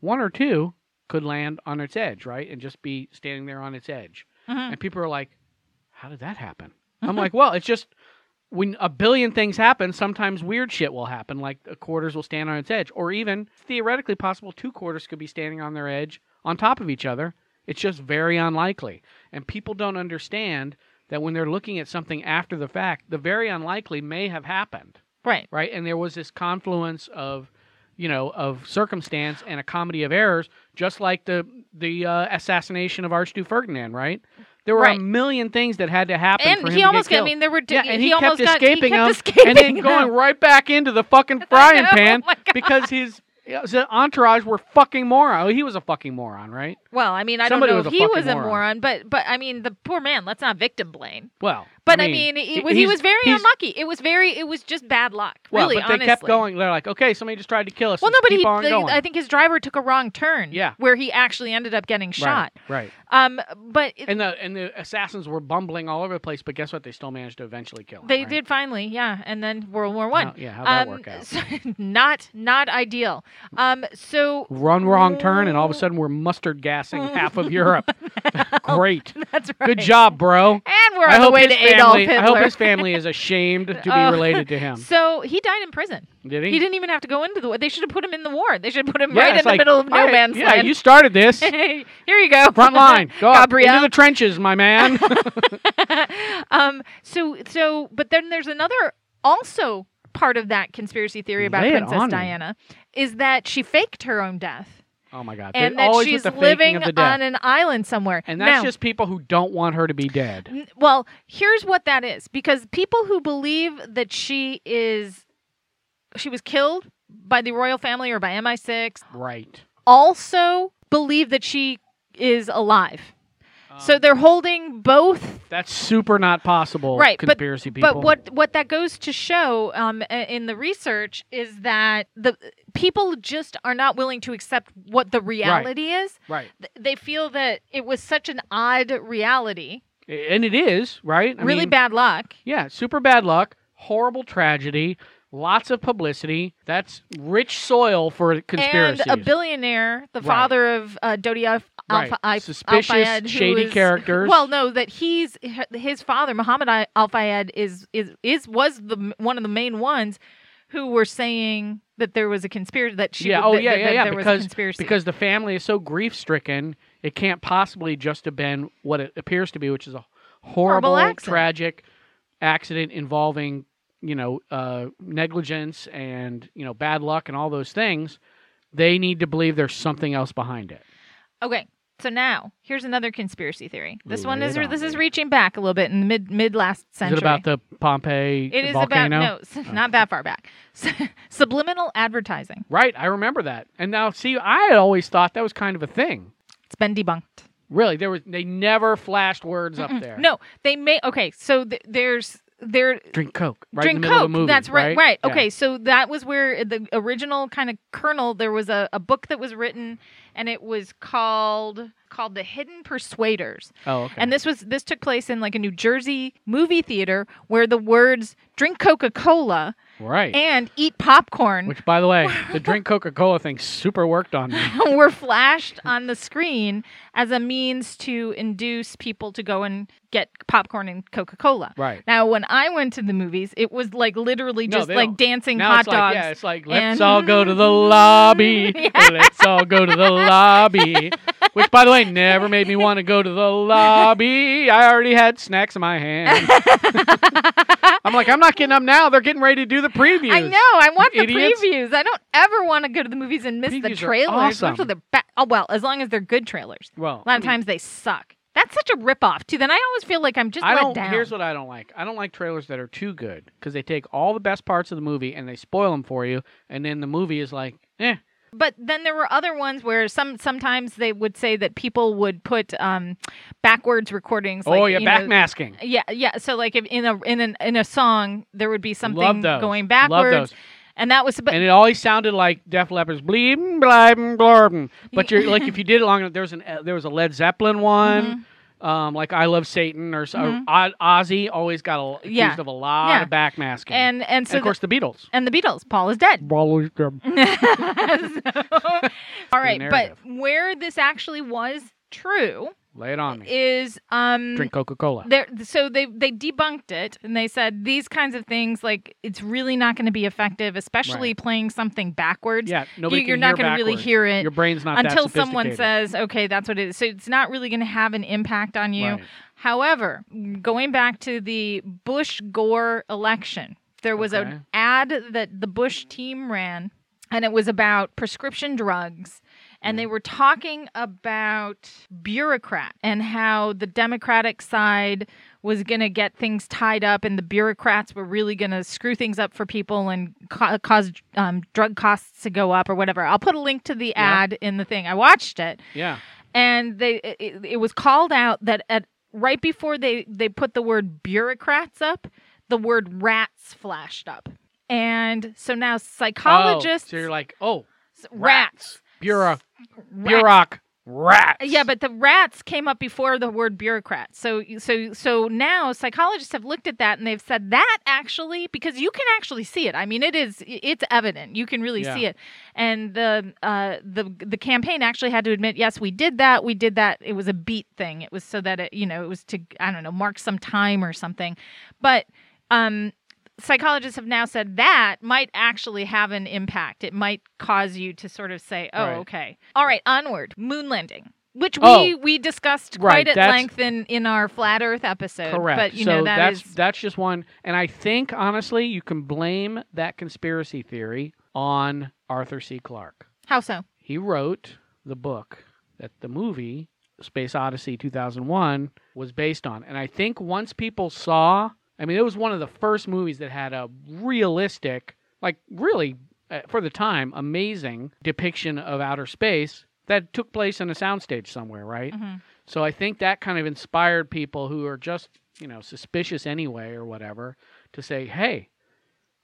Speaker 2: One or two could land on its edge, right, and just be standing there on its edge.
Speaker 1: Mhm.
Speaker 2: And people are like, "How did that happen?" I'm like, "Well, it's just when a billion things happen, sometimes weird shit will happen, like a quarters will stand on its edge, or even theoretically possible two quarters could be standing on their edge on top of each other. It's just very unlikely. And people don't understand that when they're looking at something after the fact, the very unlikely may have happened,
Speaker 1: Right.
Speaker 2: right? And there was this confluence of, you know, of circumstance and a comedy of errors, just like the the uh, assassination of Archduke Ferdinand, right? There were
Speaker 1: Right.
Speaker 2: a million things that had to happen. for
Speaker 1: And
Speaker 2: him
Speaker 1: he
Speaker 2: to
Speaker 1: almost got,
Speaker 2: get
Speaker 1: I
Speaker 2: killed.
Speaker 1: mean, there were,
Speaker 2: Yeah, and he,
Speaker 1: almost got,
Speaker 2: kept
Speaker 1: he
Speaker 2: escaping
Speaker 1: kept
Speaker 2: them
Speaker 1: escaping
Speaker 2: and then
Speaker 1: them.
Speaker 2: going right back into
Speaker 1: <laughs>
Speaker 2: the fucking frying
Speaker 1: know,
Speaker 2: pan
Speaker 1: oh my God.
Speaker 2: because his, his entourage were fucking moron. He was a fucking moron, right?
Speaker 1: <laughs> Well, I mean, I
Speaker 2: Somebody
Speaker 1: don't
Speaker 2: was
Speaker 1: know
Speaker 2: a
Speaker 1: if he
Speaker 2: fucking
Speaker 1: was a
Speaker 2: moron.
Speaker 1: moron, but but I mean, the poor man. Let's not victim blame.
Speaker 2: Well,
Speaker 1: But I mean, he, was, he
Speaker 2: he's-
Speaker 1: was very
Speaker 2: he's-
Speaker 1: unlucky. It was very, it was just bad luck.
Speaker 2: Well,
Speaker 1: really,
Speaker 2: but they
Speaker 1: honestly.
Speaker 2: kept going. They're like, okay, somebody just tried to kill us.
Speaker 1: Well, no,
Speaker 2: Let's
Speaker 1: but
Speaker 2: keep
Speaker 1: he,
Speaker 2: on
Speaker 1: they- uh,
Speaker 2: going.
Speaker 1: I think his driver took a wrong turn.
Speaker 2: Yeah.
Speaker 1: where he actually ended up getting shot.
Speaker 2: Right, right.
Speaker 1: Um, but it,
Speaker 2: And the and the assassins were bumbling all over the place, but guess what? They still managed to eventually kill him.
Speaker 1: they
Speaker 2: right?
Speaker 1: did finally, yeah. And then World War One. Um,
Speaker 2: How- yeah, how'd that work
Speaker 1: <laughs>
Speaker 2: out?
Speaker 1: not not ideal. Um, so
Speaker 2: Run wrong turn, and all of a sudden we're mustard gassing half of
Speaker 1: <laughs>
Speaker 2: Europe. <laughs> Great,
Speaker 1: <laughs> that's right.
Speaker 2: good job, bro.
Speaker 1: And we're
Speaker 2: I
Speaker 1: on the
Speaker 2: hope
Speaker 1: way to
Speaker 2: his
Speaker 1: Adolf
Speaker 2: family-
Speaker 1: Hitler.
Speaker 2: I hope his family is ashamed to
Speaker 1: <laughs>
Speaker 2: be
Speaker 1: Oh.
Speaker 2: related to him.
Speaker 1: so he died in prison.
Speaker 2: Did he?
Speaker 1: He didn't even have to go into the war. They should have put him in the war. They should have put him
Speaker 2: Yeah,
Speaker 1: right
Speaker 2: it's
Speaker 1: in the
Speaker 2: like,
Speaker 1: middle of no
Speaker 2: all right,
Speaker 1: man's
Speaker 2: yeah,
Speaker 1: land.
Speaker 2: you started
Speaker 1: <laughs>
Speaker 2: this.
Speaker 1: Here you go.
Speaker 2: Front line, go up,
Speaker 1: <laughs> Gabrielle.
Speaker 2: into the trenches, my man.
Speaker 1: <laughs>
Speaker 2: <laughs>
Speaker 1: um, so so, but then there's another also part of that conspiracy theory about
Speaker 2: Lay it
Speaker 1: Princess
Speaker 2: on me.
Speaker 1: Diana is that she faked her own death
Speaker 2: oh my God!
Speaker 1: and
Speaker 2: They're
Speaker 1: that
Speaker 2: always
Speaker 1: she's
Speaker 2: with the faking
Speaker 1: living
Speaker 2: of the death.
Speaker 1: on an island somewhere.
Speaker 2: and that's
Speaker 1: Now-
Speaker 2: just people who don't want her to be dead.
Speaker 1: N- Well, here's what that is because people who believe that she is she was killed by the royal family or by MI6
Speaker 2: Right.
Speaker 1: also believe that she is alive. so
Speaker 2: Um,
Speaker 1: they're holding both
Speaker 2: that's super not possible.
Speaker 1: Right, but-
Speaker 2: Conspiracy people.
Speaker 1: But what what that goes to show um, i- in the research is that the people just are not willing to accept what the reality is.
Speaker 2: Right.
Speaker 1: Th- They feel that it was such an odd reality,
Speaker 2: And it is right. I
Speaker 1: really
Speaker 2: mean,
Speaker 1: bad luck.
Speaker 2: Yeah. Super bad luck. Horrible tragedy. Lots of publicity. That's rich soil for conspiracies.
Speaker 1: And a billionaire, the
Speaker 2: Right.
Speaker 1: father of uh, Dodi Alf-
Speaker 2: Right.
Speaker 1: Alpha, I-
Speaker 2: Suspicious,
Speaker 1: Al-Fayed, who
Speaker 2: shady
Speaker 1: is-
Speaker 2: characters.
Speaker 1: Well, no, that he's his father, Muhammad I- Al Fayed, is is is was the one of the main ones who were saying that there was a conspiracy that she
Speaker 2: yeah.
Speaker 1: would-
Speaker 2: Oh,
Speaker 1: that,
Speaker 2: yeah,
Speaker 1: that-
Speaker 2: yeah,
Speaker 1: that
Speaker 2: yeah.
Speaker 1: there was a
Speaker 2: Because
Speaker 1: conspiracy
Speaker 2: because the family is so grief stricken, it can't possibly just have been what it appears to be, which is a horrible,
Speaker 1: accident.
Speaker 2: tragic accident involving you know uh, negligence and you know bad luck and all those things. They need to believe there's something else behind it.
Speaker 1: Okay. So now, here's another conspiracy theory. This
Speaker 2: Ooh,
Speaker 1: one
Speaker 2: lay
Speaker 1: is
Speaker 2: it on
Speaker 1: this is
Speaker 2: me.
Speaker 1: reaching back a little bit in the mid mid last century.
Speaker 2: Is it about the Pompeii
Speaker 1: It is
Speaker 2: volcano? Oh.
Speaker 1: about no, s- not that far back. Subliminal advertising.
Speaker 2: Right, I remember that. And now, see, I had always thought that was kind of a thing.
Speaker 1: It's been debunked.
Speaker 2: Really, there was they never flashed words up there.
Speaker 1: No, they may. Okay, so th- there's there.
Speaker 2: drink Coke. Right
Speaker 1: drink
Speaker 2: in the middle
Speaker 1: Coke.
Speaker 2: Of a movie,
Speaker 1: that's right.
Speaker 2: right.
Speaker 1: Right.
Speaker 2: Yeah.
Speaker 1: Okay. So that was where uh, the original kind of kernel. There was a, a book that was written, and it was called called the Hidden Persuaders.
Speaker 2: Oh, okay.
Speaker 1: And this was this took place in like a New Jersey movie theater where the words "drink Coca Cola"
Speaker 2: right.
Speaker 1: and "eat popcorn"
Speaker 2: Which, by
Speaker 1: <laughs>
Speaker 2: the way, the drink Coca Cola thing super worked on me.
Speaker 1: were flashed on the screen as a means to induce people to go and get popcorn and Coca Cola.
Speaker 2: Right.
Speaker 1: Now, when I went to the movies, it was like literally
Speaker 2: No,
Speaker 1: just
Speaker 2: they
Speaker 1: like
Speaker 2: don't.
Speaker 1: dancing
Speaker 2: Now
Speaker 1: hot
Speaker 2: it's
Speaker 1: dogs.
Speaker 2: like, yeah, it's like let's
Speaker 1: and-
Speaker 2: all go to the
Speaker 1: <laughs>
Speaker 2: lobby. Let's all go to the lobby. Which, by the way, never made me want to go to the lobby. I already had snacks in
Speaker 1: <laughs>
Speaker 2: my hand. I'm like, I'm not getting up now. They're getting ready to do the previews.
Speaker 1: I know. I want the
Speaker 2: idiots.
Speaker 1: previews. I don't ever want to go to the movies and miss the
Speaker 2: Previews are
Speaker 1: trailers.
Speaker 2: awesome.
Speaker 1: Especially the ba- oh, well, as long as they're good trailers.
Speaker 2: Well,
Speaker 1: A lot of times they suck. That's such a ripoff too. Then I always feel like I'm just
Speaker 2: I
Speaker 1: let
Speaker 2: don't.
Speaker 1: down.
Speaker 2: Here's what I don't like. I don't like trailers that are too good because they take all the best parts of the movie and they spoil them for you, and then the movie is like, eh,
Speaker 1: But then there were other ones where some sometimes they would say that people would put um, backwards recordings.
Speaker 2: oh
Speaker 1: like,
Speaker 2: yeah,
Speaker 1: you know,
Speaker 2: backmasking.
Speaker 1: Yeah, yeah. So like if in a in an, in a song there would be something
Speaker 2: Love those.
Speaker 1: going
Speaker 2: Love
Speaker 1: backwards,
Speaker 2: those.
Speaker 1: and that was but
Speaker 2: and it always sounded like Def Leppard's bleeding, blabin, blarbin. But you're
Speaker 1: <laughs>
Speaker 2: like, if you did it long enough, there was an uh, there was a Led Zeppelin one,
Speaker 1: Mm-hmm.
Speaker 2: um, like I Love Satan or so. O- Ozzy always got a, accused
Speaker 1: Yeah.
Speaker 2: of a lot
Speaker 1: Yeah.
Speaker 2: of backmasking,
Speaker 1: and and so
Speaker 2: of course the, Beatles. uh,
Speaker 1: the, and the Beatles, Paul is dead. <laughs> So- all right, but
Speaker 2: narrative.
Speaker 1: where this actually was true
Speaker 2: Lay it on me.
Speaker 1: is um
Speaker 2: Drink Coca Cola.
Speaker 1: They're, so they they debunked it and they said these kinds of things like it's really not going to be effective, especially
Speaker 2: Right.
Speaker 1: playing something backwards.
Speaker 2: Yeah, nobody.
Speaker 1: you- you're
Speaker 2: can
Speaker 1: not
Speaker 2: hear
Speaker 1: gonna really
Speaker 2: backwards.
Speaker 1: hear it
Speaker 2: Your brain's not
Speaker 1: until
Speaker 2: that
Speaker 1: someone
Speaker 2: sophisticated.
Speaker 1: says, "Okay, that's what it is." So it's not really going to have an impact on you.
Speaker 2: Right.
Speaker 1: However, going back to the Bush Gore election, there was
Speaker 2: Okay.
Speaker 1: an ad that the Bush team ran, and it was about prescription drugs. And they were talking about bureaucrat and how the Democratic side was going to get things tied up, and the bureaucrats were really going to screw things up for people and ca- cause um, drug costs to go up or whatever. I'll put a link to the ad in the thing. I watched it
Speaker 2: Yeah.
Speaker 1: and they it, it was called out that at right before they they put the word bureaucrats up the word rats flashed up and so now psychologists
Speaker 2: Oh, so Oh, you're like, oh,
Speaker 1: rats,
Speaker 2: bureau,
Speaker 1: rats.
Speaker 2: bureauc, rats.
Speaker 1: yeah but the rats came up before the word bureaucrat so so so now psychologists have looked at that and they've said that actually because you can actually see it i mean it is it's evident you can really
Speaker 2: Yeah.
Speaker 1: see it and the uh the the campaign actually had to admit yes we did that we did that it was a beat thing it was so that it you know it was to i don't know mark some time or something but um psychologists have now said that might actually have an impact. It might cause you to sort of say, "Oh,
Speaker 2: Right.
Speaker 1: okay, all right, onward, moon landing," which we
Speaker 2: Oh.
Speaker 1: we discussed
Speaker 2: Right,
Speaker 1: quite at
Speaker 2: that's-
Speaker 1: length in in our flat Earth episode.
Speaker 2: correct.
Speaker 1: but you
Speaker 2: so
Speaker 1: know that
Speaker 2: that's
Speaker 1: is
Speaker 2: that's just one. And I think honestly, you can blame that conspiracy theory on Arthur C. Clarke.
Speaker 1: how so.
Speaker 2: He wrote the book that the movie Space Odyssey 2001 was based on. And I think once people saw, I mean, it was one of the first movies that had a realistic, like really, uh, for the time, amazing depiction of outer space that took place in a soundstage somewhere, right?
Speaker 1: Mhm.
Speaker 2: So I think that kind of inspired people who are just, you know, suspicious anyway or whatever to say, hey,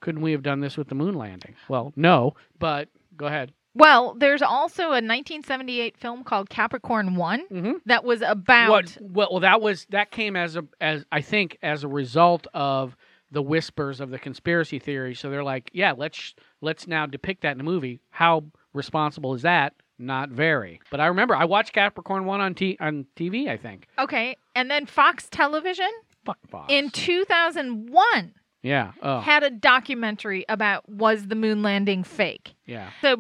Speaker 2: couldn't we have done this with the moon landing? Well, no, but go ahead.
Speaker 1: Well, there's also a 1978 film called Capricorn One
Speaker 2: Mm-hmm.
Speaker 1: that was about.
Speaker 2: What, well, well, that was that came as a as I think as a result of the whispers of the conspiracy theory. So they're like, yeah, let's let's now depict that in a movie. How responsible is that? Not very. But I remember I watched Capricorn One on t- on TV. I think.
Speaker 1: Okay, and then Fox Television
Speaker 2: Fuck Fox.
Speaker 1: in 2001
Speaker 2: yeah. Oh.
Speaker 1: had a documentary about was the moon landing fake.
Speaker 2: yeah.
Speaker 1: So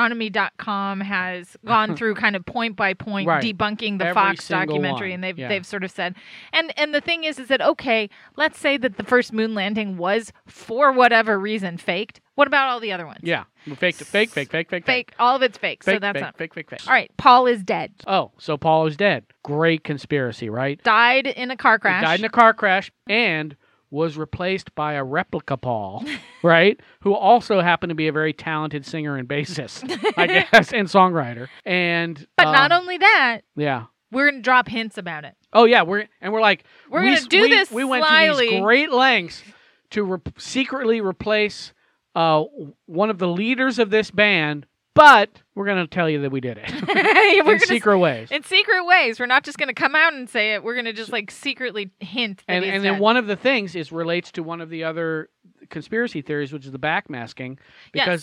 Speaker 1: badastronomy.com has gone
Speaker 2: <laughs>
Speaker 1: through kind of point by point
Speaker 2: Right.
Speaker 1: debunking the
Speaker 2: Every
Speaker 1: Fox
Speaker 2: single
Speaker 1: documentary
Speaker 2: one.
Speaker 1: and they've
Speaker 2: Yeah.
Speaker 1: they've sort of said and and the thing is is that okay, let's say that the first moon landing was for whatever reason faked. What about all the other ones?
Speaker 2: Yeah. Fake. Fake. Fake. Fake. Fake.
Speaker 1: Fake, all of it's fake.
Speaker 2: Fake.
Speaker 1: so that's
Speaker 2: fake,
Speaker 1: not.
Speaker 2: fake. Fake. Fake.
Speaker 1: All right, Paul is dead.
Speaker 2: Oh, so Paul is dead. Great conspiracy, right?
Speaker 1: Died in a car crash.
Speaker 2: He died in a car crash and was replaced by a replica Paul, <laughs> right? Who also happened to be a very talented singer and bassist,
Speaker 1: <laughs>
Speaker 2: I guess, and songwriter. And
Speaker 1: but
Speaker 2: um,
Speaker 1: not only that,
Speaker 2: yeah.
Speaker 1: we're going to drop hints about
Speaker 2: <laughs>
Speaker 1: it. <laughs>
Speaker 2: Oh yeah, we're and we're like
Speaker 1: We're
Speaker 2: we
Speaker 1: gonna
Speaker 2: s-
Speaker 1: do
Speaker 2: we-
Speaker 1: this
Speaker 2: We went to
Speaker 1: slyly.
Speaker 2: these great lengths to re- secretly replace uh, w- one of the leaders of this band, but we're gonna tell you that we did it
Speaker 1: <laughs> we're
Speaker 2: in
Speaker 1: going to
Speaker 2: secret ways.
Speaker 1: in secret ways. We're not just going to come out and say it. We're going to just like secretly hint. That
Speaker 2: and
Speaker 1: he's
Speaker 2: and
Speaker 1: dead.
Speaker 2: then one of the things is relates to one of the other conspiracy theories, which is the backmasking, because,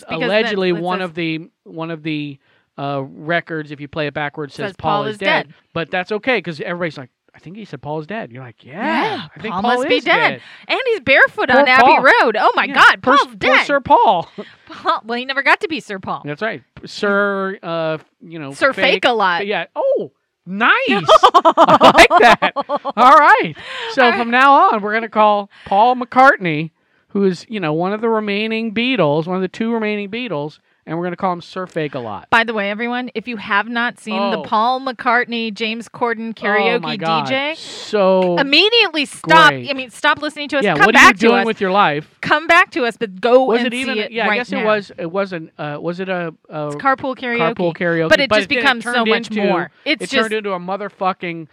Speaker 1: because that's-
Speaker 2: allegedly
Speaker 1: that
Speaker 2: one
Speaker 1: says-
Speaker 2: of the one of the uh, records, if you play it backwards, says, Paul, is dead. But that's okay because everybody's like, I think he said Paul is dead. You're like, yeah,
Speaker 1: Yeah,
Speaker 2: I think
Speaker 1: Paul must be
Speaker 2: is
Speaker 1: dead. and he's barefoot
Speaker 2: Poor
Speaker 1: on Abbey
Speaker 2: Paul.
Speaker 1: Road. Oh my
Speaker 2: Yeah,
Speaker 1: God,
Speaker 2: poor-
Speaker 1: Paul's
Speaker 2: poor
Speaker 1: dead.
Speaker 2: Sir Paul.
Speaker 1: <laughs>
Speaker 2: <laughs>
Speaker 1: Paul- well, he never got to be Sir Paul.
Speaker 2: that's right, Sir. Uh, you know,
Speaker 1: Sir Fake a lot.
Speaker 2: Yeah. Oh,
Speaker 1: <laughs>
Speaker 2: nice. I like that. All right. So
Speaker 1: All right.
Speaker 2: from now on, we're going to call Paul McCartney, who is, you know, one of the remaining Beatles, one of the two remaining Beatles, and we're going to call him Sir Fake a lot.
Speaker 1: By the way, everyone, if you have not seen the
Speaker 2: Oh.
Speaker 1: Paul McCartney, James Corden karaoke
Speaker 2: oh my God.
Speaker 1: DJ,
Speaker 2: So
Speaker 1: immediately stop.
Speaker 2: Great.
Speaker 1: I mean, stop listening to us.
Speaker 2: yeah,
Speaker 1: come
Speaker 2: what are you
Speaker 1: back to
Speaker 2: doing
Speaker 1: us.
Speaker 2: with your life?
Speaker 1: come back to us, but go
Speaker 2: Was
Speaker 1: and
Speaker 2: it
Speaker 1: see
Speaker 2: even?
Speaker 1: it
Speaker 2: yeah, I
Speaker 1: right
Speaker 2: guess
Speaker 1: now.
Speaker 2: it was. It wasn't. Uh, was it a, a
Speaker 1: It's carpool karaoke.
Speaker 2: carpool karaoke?
Speaker 1: But it just
Speaker 2: then
Speaker 1: becomes so
Speaker 2: turned
Speaker 1: much
Speaker 2: into-
Speaker 1: more. It's
Speaker 2: it
Speaker 1: just
Speaker 2: turned into a motherfucking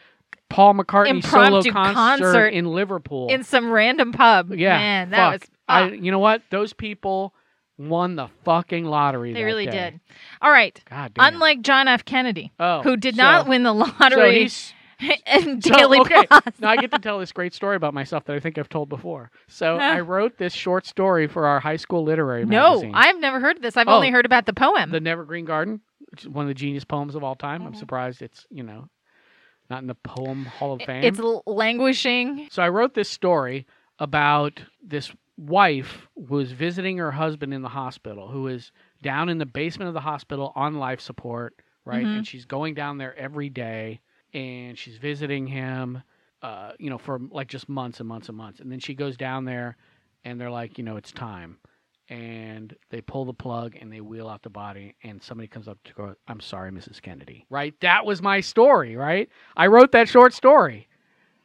Speaker 2: Paul McCartney solo
Speaker 1: Impromptu concert
Speaker 2: concert in Liverpool.
Speaker 1: in some random pub.
Speaker 2: Yeah,
Speaker 1: man, that
Speaker 2: fuck.
Speaker 1: was.
Speaker 2: I, you know what? Those people won the fucking lottery.
Speaker 1: They
Speaker 2: that
Speaker 1: really
Speaker 2: day.
Speaker 1: did. All right.
Speaker 2: God damn.
Speaker 1: Unlike John F. Kennedy,
Speaker 2: oh,
Speaker 1: who did not
Speaker 2: so-
Speaker 1: win the
Speaker 2: So
Speaker 1: lottery
Speaker 2: he's
Speaker 1: <laughs> and
Speaker 2: so,
Speaker 1: daily <laughs>
Speaker 2: okay.
Speaker 1: Plus.
Speaker 2: now I get to tell this great story about myself that I think I've told before.
Speaker 1: <laughs>
Speaker 2: So I wrote this short story for our high school literary
Speaker 1: No,
Speaker 2: magazine.
Speaker 1: I've never heard of this. I've
Speaker 2: Oh.
Speaker 1: only heard about the poem.
Speaker 2: The Never Green Garden, which is one of the genius poems of all time. I'm
Speaker 1: Mhm.
Speaker 2: surprised it's you know not in the Poem Hall of Fame.
Speaker 1: It's l- languishing.
Speaker 2: So I wrote this story about this wife who was visiting her husband in the hospital, who is down in the basement of the hospital on life support, right?
Speaker 1: Mhm.
Speaker 2: And she's going down there every day and she's visiting him, uh, you know, for like just months and months and months. And then she goes down there and they're like, you know, it's time. And they pull the plug and they wheel out the body, and somebody comes up to go, I'm sorry, Mrs. Kennedy. Right? That was my story, right? I wrote that short story.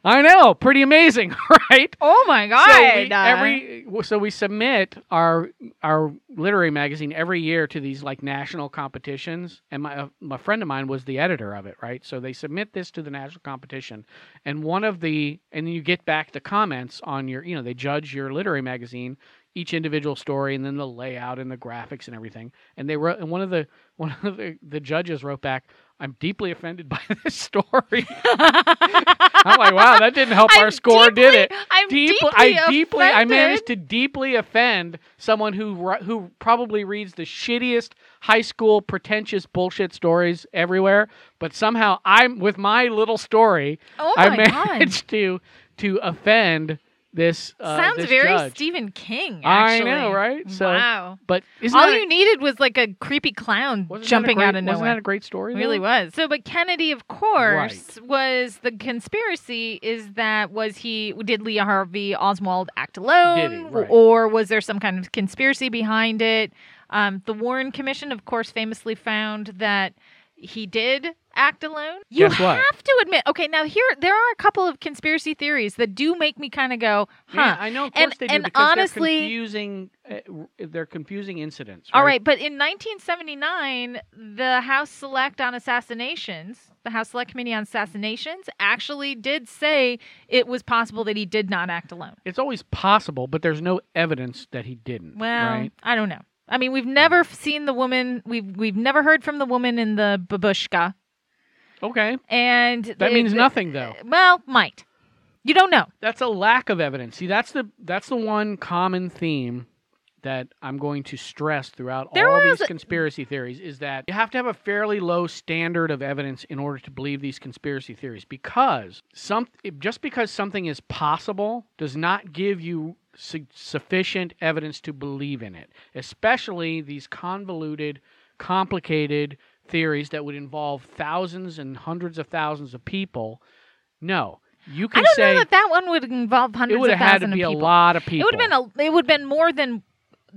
Speaker 2: I know, pretty amazing, <laughs> right?
Speaker 1: Oh my god!
Speaker 2: So we, <laughs> every so we submit our our literary magazine every year to these like national competitions, and my uh, my friend of mine was the editor of it, right? So they submit this to the national competition, and one of the and you get back the comments on your you know they judge your literary magazine each individual story and then the layout and the graphics and everything and they wrote and one of the <laughs> one of the, the judges wrote back i'm deeply offended by <laughs> this story i'm like wow that didn't help our
Speaker 1: I'm
Speaker 2: score did
Speaker 1: deeply-
Speaker 2: it
Speaker 1: I'm
Speaker 2: Deep-
Speaker 1: deeply,
Speaker 2: I deeply, I
Speaker 1: offended.
Speaker 2: managed to deeply offend someone who ri- who probably reads the shittiest high school pretentious bullshit stories everywhere. But somehow, I'm with my little story,
Speaker 1: Oh my
Speaker 2: I
Speaker 1: god!
Speaker 2: managed to to offend this. Uh,
Speaker 1: Sounds
Speaker 2: this
Speaker 1: very
Speaker 2: judge.
Speaker 1: Stephen King.
Speaker 2: I
Speaker 1: Actually.
Speaker 2: know, right? So-
Speaker 1: wow.
Speaker 2: But isn't
Speaker 1: All
Speaker 2: that a-
Speaker 1: you needed was like a creepy clown
Speaker 2: wasn't that a
Speaker 1: jumping
Speaker 2: great-
Speaker 1: out of nowhere.
Speaker 2: Wasn't that a great story? though?
Speaker 1: really was. So, but Kennedy, of course, was the conspiracy. Is that was he? Did Leah Harvey Oswald act alone,
Speaker 2: Did he? Right.
Speaker 1: or was there some kind of conspiracy behind it? Um, the Warren Commission, of course, famously found that he did act alone. You
Speaker 2: Guess what?
Speaker 1: have to admit. Okay, now here there are a couple of conspiracy theories that do make me kind of go, huh?
Speaker 2: Yeah, I know. Of course
Speaker 1: And-
Speaker 2: they do
Speaker 1: and
Speaker 2: because
Speaker 1: honestly-
Speaker 2: they're confusing. Uh, r- they're confusing incidents.
Speaker 1: All right, but in 1979, the House Select on Assassinations, the House Select Committee on Assassinations, actually did say it was possible that he did not act alone.
Speaker 2: It's always possible, but there's no evidence that he didn't.
Speaker 1: Well,
Speaker 2: right?
Speaker 1: I don't know. I mean, we've never f- seen the woman. We've we've never heard from the woman in the babushka,
Speaker 2: Okay.
Speaker 1: and
Speaker 2: That
Speaker 1: the-
Speaker 2: means
Speaker 1: the-
Speaker 2: nothing, though.
Speaker 1: Well, might. You don't know.
Speaker 2: That's a lack of evidence. See, that's the that's the one common theme that I'm going to stress throughout
Speaker 1: There
Speaker 2: all
Speaker 1: was
Speaker 2: these conspiracy theories is that you have to have a fairly low standard of evidence in order to believe these conspiracy theories because some just because something is possible does not give you su- sufficient evidence to believe in it, especially these convoluted, complicated theories that would involve thousands and hundreds of thousands of people. No, you
Speaker 1: I
Speaker 2: can
Speaker 1: don't
Speaker 2: say
Speaker 1: know that that one would involve hundreds
Speaker 2: it would
Speaker 1: of
Speaker 2: have had to
Speaker 1: thousands
Speaker 2: be
Speaker 1: of
Speaker 2: a
Speaker 1: people.
Speaker 2: lot of people.
Speaker 1: It would have been a. It would have been more than,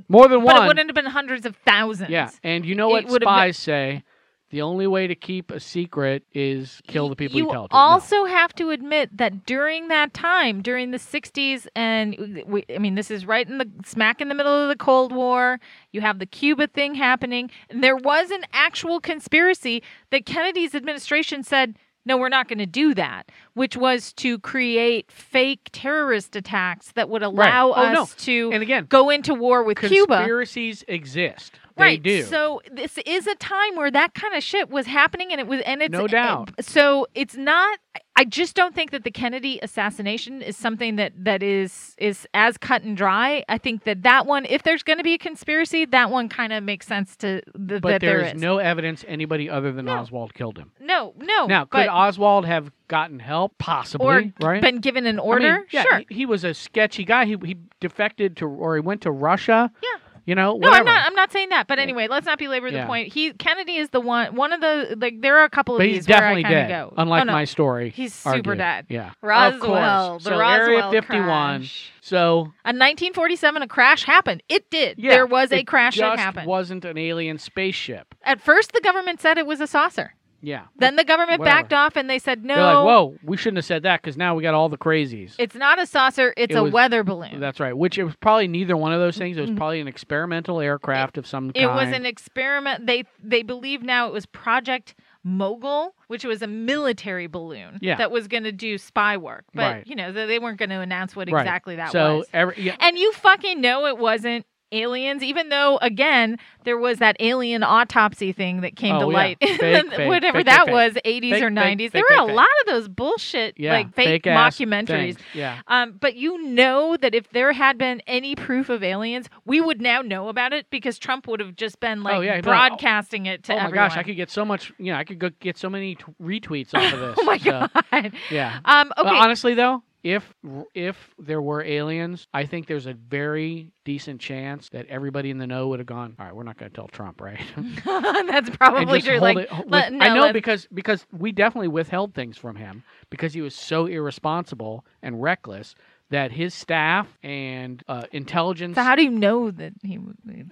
Speaker 2: more than
Speaker 1: but it
Speaker 2: one.
Speaker 1: wouldn't have been hundreds of thousands.
Speaker 2: Yeah, and you know
Speaker 1: It
Speaker 2: what
Speaker 1: would've been-
Speaker 2: spies say: the only way to keep a secret is kill the people you, tell it to. No.
Speaker 1: also have to admit that during that time, during the 60s, and we, I mean, this is right in the smack in the middle of the Cold War. You have the Cuba thing happening. And there was an actual conspiracy that Kennedy's administration said, no, we're not going to do that, which was to create fake terrorist attacks that would allow
Speaker 2: Oh, no.
Speaker 1: us to
Speaker 2: And again,
Speaker 1: go into war with Cuba.
Speaker 2: conspiracies exist.
Speaker 1: Right.
Speaker 2: They do.
Speaker 1: So this is a time where that kind of shit was happening, and it was, and it's uh,
Speaker 2: No doubt.
Speaker 1: So it's not. I just don't think that the Kennedy assassination is something that that is is as cut and dry. I think that that one, if there's going to be a conspiracy, that one kind of makes sense to th-
Speaker 2: but
Speaker 1: that there
Speaker 2: is no evidence anybody other than
Speaker 1: No.
Speaker 2: Oswald killed him.
Speaker 1: no, no.
Speaker 2: Now, could
Speaker 1: but,
Speaker 2: Oswald have gotten help? Possibly,
Speaker 1: or
Speaker 2: right?
Speaker 1: been given an
Speaker 2: I mean,
Speaker 1: order?
Speaker 2: yeah,
Speaker 1: sure.
Speaker 2: He, he was a sketchy guy. He he defected to or he went to Russia.
Speaker 1: Yeah.
Speaker 2: You know,
Speaker 1: No,
Speaker 2: whatever.
Speaker 1: I'm not. I'm not saying that. But anyway, let's not belabor the
Speaker 2: Yeah.
Speaker 1: point. He Kennedy is the one. One of the like. There are a couple of
Speaker 2: but
Speaker 1: these
Speaker 2: he's definitely
Speaker 1: where I
Speaker 2: dead.
Speaker 1: kind of go.
Speaker 2: Unlike
Speaker 1: oh, no.
Speaker 2: my story,
Speaker 1: He's super
Speaker 2: argued.
Speaker 1: dead.
Speaker 2: Yeah, Of
Speaker 1: Roswell,
Speaker 2: course.
Speaker 1: the
Speaker 2: so
Speaker 1: Roswell
Speaker 2: Area 51.
Speaker 1: crash.
Speaker 2: So
Speaker 1: In 1947, a crash happened. It did.
Speaker 2: Yeah,
Speaker 1: there was a
Speaker 2: it
Speaker 1: crash that
Speaker 2: just
Speaker 1: happened.
Speaker 2: wasn't an alien spaceship.
Speaker 1: At first, the government said it was a saucer.
Speaker 2: Yeah.
Speaker 1: Then the government
Speaker 2: Whatever.
Speaker 1: backed off and they said, no,
Speaker 2: They're like, whoa, we shouldn't have said that because now we got all the crazies.
Speaker 1: it's not a saucer. It's
Speaker 2: It
Speaker 1: a
Speaker 2: was-
Speaker 1: weather balloon.
Speaker 2: That's right. Which it was probably neither one of those things. It was
Speaker 1: Mhm.
Speaker 2: probably an experimental aircraft of some kind.
Speaker 1: it was an experiment. They they believe now it was Project Mogul, which was a military balloon
Speaker 2: Yeah.
Speaker 1: that was going to do spy work. But,
Speaker 2: Right.
Speaker 1: you know, they they weren't going to announce what
Speaker 2: Right.
Speaker 1: exactly that
Speaker 2: so
Speaker 1: was.
Speaker 2: every yeah,
Speaker 1: And you fucking know it wasn't aliens, even though again there was that alien autopsy thing that came
Speaker 2: Oh,
Speaker 1: to
Speaker 2: yeah.
Speaker 1: light, <laughs> in
Speaker 2: Fake,
Speaker 1: the-
Speaker 2: fake,
Speaker 1: whatever
Speaker 2: fake,
Speaker 1: that
Speaker 2: fake,
Speaker 1: was, eighties
Speaker 2: Fake,
Speaker 1: or
Speaker 2: fake,
Speaker 1: nineties.
Speaker 2: fake,
Speaker 1: There were
Speaker 2: fake,
Speaker 1: a
Speaker 2: fake.
Speaker 1: lot of those bullshit
Speaker 2: Yeah,
Speaker 1: like fake,
Speaker 2: ass
Speaker 1: mockumentaries.
Speaker 2: things. Yeah,
Speaker 1: Um, but you know that if there had been any proof of aliens, we would now know about it because Trump would have just been like
Speaker 2: Oh, yeah, no.
Speaker 1: broadcasting it to
Speaker 2: oh my
Speaker 1: everyone.
Speaker 2: gosh, I could get so much. You know, I could go get so many t- retweets off of this.
Speaker 1: <laughs> oh my
Speaker 2: so,
Speaker 1: god.
Speaker 2: Yeah.
Speaker 1: Um,
Speaker 2: But
Speaker 1: okay.
Speaker 2: honestly, though, if if there were aliens, I think there's a very decent chance that everybody in the know would have gone. All right, we're not going to tell Trump, right? <laughs> And
Speaker 1: <laughs> That's probably
Speaker 2: just
Speaker 1: true.
Speaker 2: hold
Speaker 1: Like,
Speaker 2: it- with-
Speaker 1: let- no,
Speaker 2: I know
Speaker 1: let's-
Speaker 2: because because we definitely withheld things from him because he was so irresponsible and reckless that his staff and uh, intelligence.
Speaker 1: so how do you know that he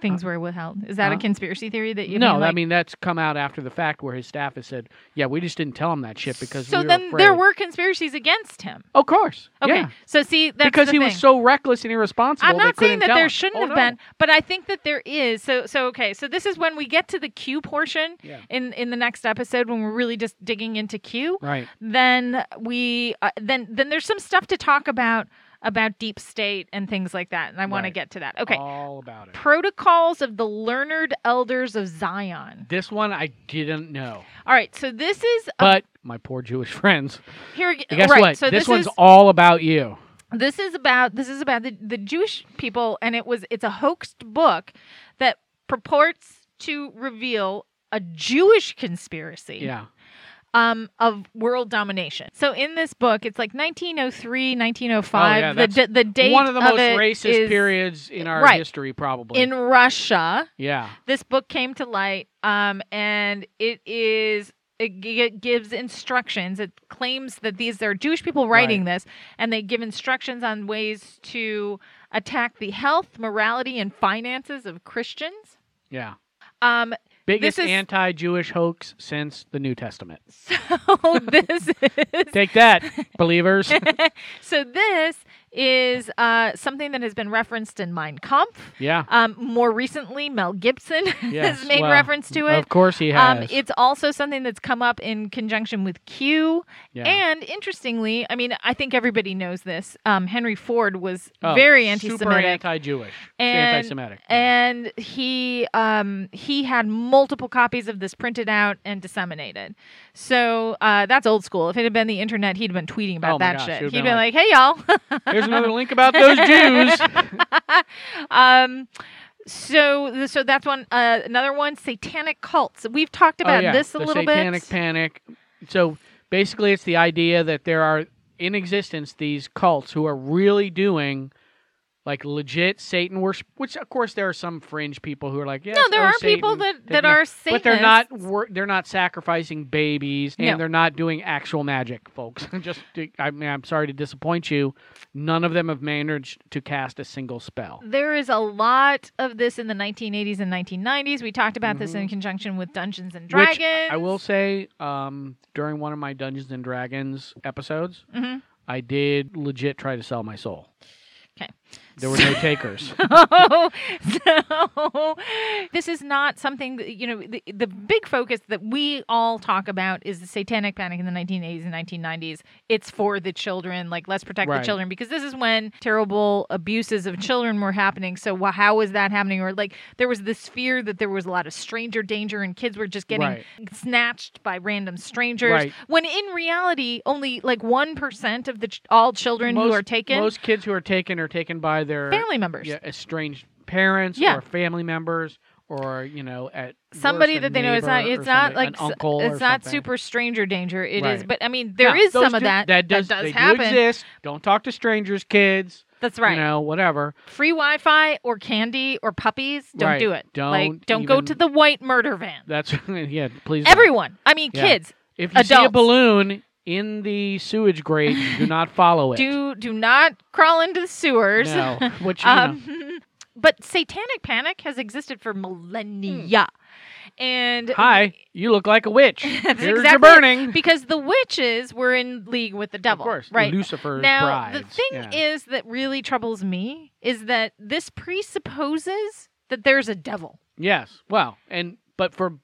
Speaker 1: things were withheld? Is that a
Speaker 2: huh?
Speaker 1: conspiracy theory that you
Speaker 2: Uh, no,
Speaker 1: mean, like,
Speaker 2: I mean that's come out after the fact where his staff has said, "Yeah, we just didn't tell him that shit because."
Speaker 1: so
Speaker 2: we were
Speaker 1: then there
Speaker 2: afraid."
Speaker 1: were conspiracies against him.
Speaker 2: Of course.
Speaker 1: Okay,
Speaker 2: yeah.
Speaker 1: so see that's
Speaker 2: because
Speaker 1: the
Speaker 2: he
Speaker 1: thing.
Speaker 2: was so reckless and irresponsible.
Speaker 1: I'm
Speaker 2: they
Speaker 1: not saying
Speaker 2: couldn't
Speaker 1: that
Speaker 2: tell
Speaker 1: there
Speaker 2: him.
Speaker 1: shouldn't
Speaker 2: Oh,
Speaker 1: have
Speaker 2: no.
Speaker 1: been, but I think that there is. So so okay. So this is when we get to the Q portion
Speaker 2: Yeah.
Speaker 1: in in the next episode when we're really just digging into Q.
Speaker 2: Right.
Speaker 1: Then we uh, then then there's some stuff to talk about about deep state and things like that, and I want to
Speaker 2: Right.
Speaker 1: get to that. Okay.
Speaker 2: All about it.
Speaker 1: Protocols of the Learned Elders of Zion.
Speaker 2: This one I didn't know.
Speaker 1: All right, so this is a,
Speaker 2: But my poor Jewish <laughs> friends,
Speaker 1: here.
Speaker 2: and guess
Speaker 1: right,
Speaker 2: what?
Speaker 1: so
Speaker 2: this,
Speaker 1: this
Speaker 2: one's
Speaker 1: is
Speaker 2: all about you.
Speaker 1: this is about this is about the, the Jewish people, and it was it's a hoaxed book that purports to reveal a Jewish conspiracy
Speaker 2: Yeah.
Speaker 1: um, of world domination. So in this book, it's like 1903, 1905.
Speaker 2: Oh, yeah,
Speaker 1: the,
Speaker 2: that's
Speaker 1: d- the date
Speaker 2: One of the most
Speaker 1: it
Speaker 2: racist
Speaker 1: is
Speaker 2: periods in our
Speaker 1: right.
Speaker 2: history, probably.
Speaker 1: in Russia.
Speaker 2: yeah.
Speaker 1: this book came to light um, and it is it, g- it gives instructions it claims that these are jewish people writing this and they give instructions on ways to attack the health morality and finances of christians
Speaker 2: Yeah.
Speaker 1: um, <laughs>
Speaker 2: Biggest
Speaker 1: is-
Speaker 2: anti Jewish hoax since the New Testament.
Speaker 1: so
Speaker 2: <laughs>
Speaker 1: this is
Speaker 2: Take
Speaker 1: <laughs>
Speaker 2: that, believers.
Speaker 1: so this is uh, something that has been referenced in Mein Kampf. <laughs>
Speaker 2: Yeah.
Speaker 1: Um, more recently, Mel Gibson <laughs>
Speaker 2: Yes.
Speaker 1: has made
Speaker 2: well,
Speaker 1: reference to it.
Speaker 2: Of course he
Speaker 1: Um,
Speaker 2: has.
Speaker 1: it's also something that's come up in conjunction with Q.
Speaker 2: Yeah.
Speaker 1: And interestingly, I mean, I think everybody knows this. Um, Henry Ford was
Speaker 2: Oh,
Speaker 1: very anti-Semitic,
Speaker 2: Super anti Jewish.
Speaker 1: And-
Speaker 2: Anti
Speaker 1: <laughs>
Speaker 2: Semitic.
Speaker 1: and he um, he had multiple copies of this printed out and disseminated. So uh, that's old school. If it had been the internet, he'd have been tweeting about
Speaker 2: Oh my
Speaker 1: that
Speaker 2: gosh,
Speaker 1: shit.
Speaker 2: he
Speaker 1: He'd
Speaker 2: would've
Speaker 1: been,
Speaker 2: been
Speaker 1: like, "Hey y'all." <laughs>
Speaker 2: Here's another link about those Jews.
Speaker 1: um, so so that's one uh, another one. Satanic cults. We've talked about
Speaker 2: oh, yeah.
Speaker 1: this a
Speaker 2: the
Speaker 1: little
Speaker 2: satanic
Speaker 1: bit.
Speaker 2: panic. So basically, it's the idea that there are in existence these cults who are really doing like legit Satan worship. Which, of course, there are some fringe people who are like, yeah,
Speaker 1: no, there
Speaker 2: oh,
Speaker 1: are
Speaker 2: Satan,
Speaker 1: people that
Speaker 2: taking
Speaker 1: that
Speaker 2: a-"
Speaker 1: are Satanists.
Speaker 2: But they're not wor- they're not sacrificing babies and
Speaker 1: No.
Speaker 2: they're not doing actual magic, folks. <laughs> Just to, I mean, I'm sorry to disappoint you. None of them have managed to cast a single spell.
Speaker 1: There is a lot of this in the 1980s and 1990s. We talked about this in
Speaker 2: Mhm.
Speaker 1: conjunction with Dungeons and Dragons.
Speaker 2: Which I will say, um, during one of my Dungeons and Dragons episodes,
Speaker 1: Mhm.
Speaker 2: I did legit try to sell my soul.
Speaker 1: 'Kay.
Speaker 2: There
Speaker 1: <laughs>
Speaker 2: were no takers.
Speaker 1: so, so this is not something that, you know the, the big focus that we all talk about is the satanic panic in the 1980s and 1990s it's for the children like let's protect
Speaker 2: Right.
Speaker 1: the children because this is when terrible abuses of children were happening so wh- how was that happening or like there was this fear that there was a lot of stranger danger and kids were just getting
Speaker 2: Right.
Speaker 1: snatched by random strangers
Speaker 2: Right.
Speaker 1: when in reality only like 1% of the ch- all children who are taken
Speaker 2: Most kids who are taken are taken by their
Speaker 1: family members
Speaker 2: yeah, estranged parents
Speaker 1: Yeah.
Speaker 2: or family members or, you know, at worst,
Speaker 1: somebody
Speaker 2: a
Speaker 1: that they know it's not
Speaker 2: neighbor
Speaker 1: it's
Speaker 2: or
Speaker 1: not
Speaker 2: somebody-
Speaker 1: like
Speaker 2: an
Speaker 1: s-
Speaker 2: uncle
Speaker 1: it's
Speaker 2: or
Speaker 1: not
Speaker 2: something.
Speaker 1: super stranger danger It is,
Speaker 2: Right.
Speaker 1: but i mean there
Speaker 2: Yeah,
Speaker 1: is
Speaker 2: those
Speaker 1: some of
Speaker 2: do-
Speaker 1: that
Speaker 2: That does, they do
Speaker 1: happen
Speaker 2: exist. Don't talk to strangers, kids.
Speaker 1: that's right
Speaker 2: You know, whatever.
Speaker 1: free wi-fi or candy or puppies don't
Speaker 2: Right.
Speaker 1: do it like
Speaker 2: Don't
Speaker 1: don't go
Speaker 2: even-
Speaker 1: to the white murder van
Speaker 2: That's <laughs> yeah. Please. don't.
Speaker 1: everyone i mean
Speaker 2: Yeah.
Speaker 1: kids
Speaker 2: If you see a
Speaker 1: adults.
Speaker 2: balloon in the sewage grate, do
Speaker 1: <laughs>
Speaker 2: not follow it.
Speaker 1: do do not crawl into the sewers
Speaker 2: no. Which, you
Speaker 1: <laughs>
Speaker 2: know,
Speaker 1: um, <laughs> but satanic panic has existed for millennia
Speaker 2: Hmm.
Speaker 1: and <laughs>
Speaker 2: hi, you look like a witch.
Speaker 1: That's
Speaker 2: Here's your
Speaker 1: exactly it.
Speaker 2: burning.
Speaker 1: because the witches were in league with the devil
Speaker 2: Of course,
Speaker 1: right
Speaker 2: Lucifer's
Speaker 1: now
Speaker 2: bride.
Speaker 1: the thing is that really troubles me is that this presupposes that there's a devil
Speaker 2: yes, well, and but for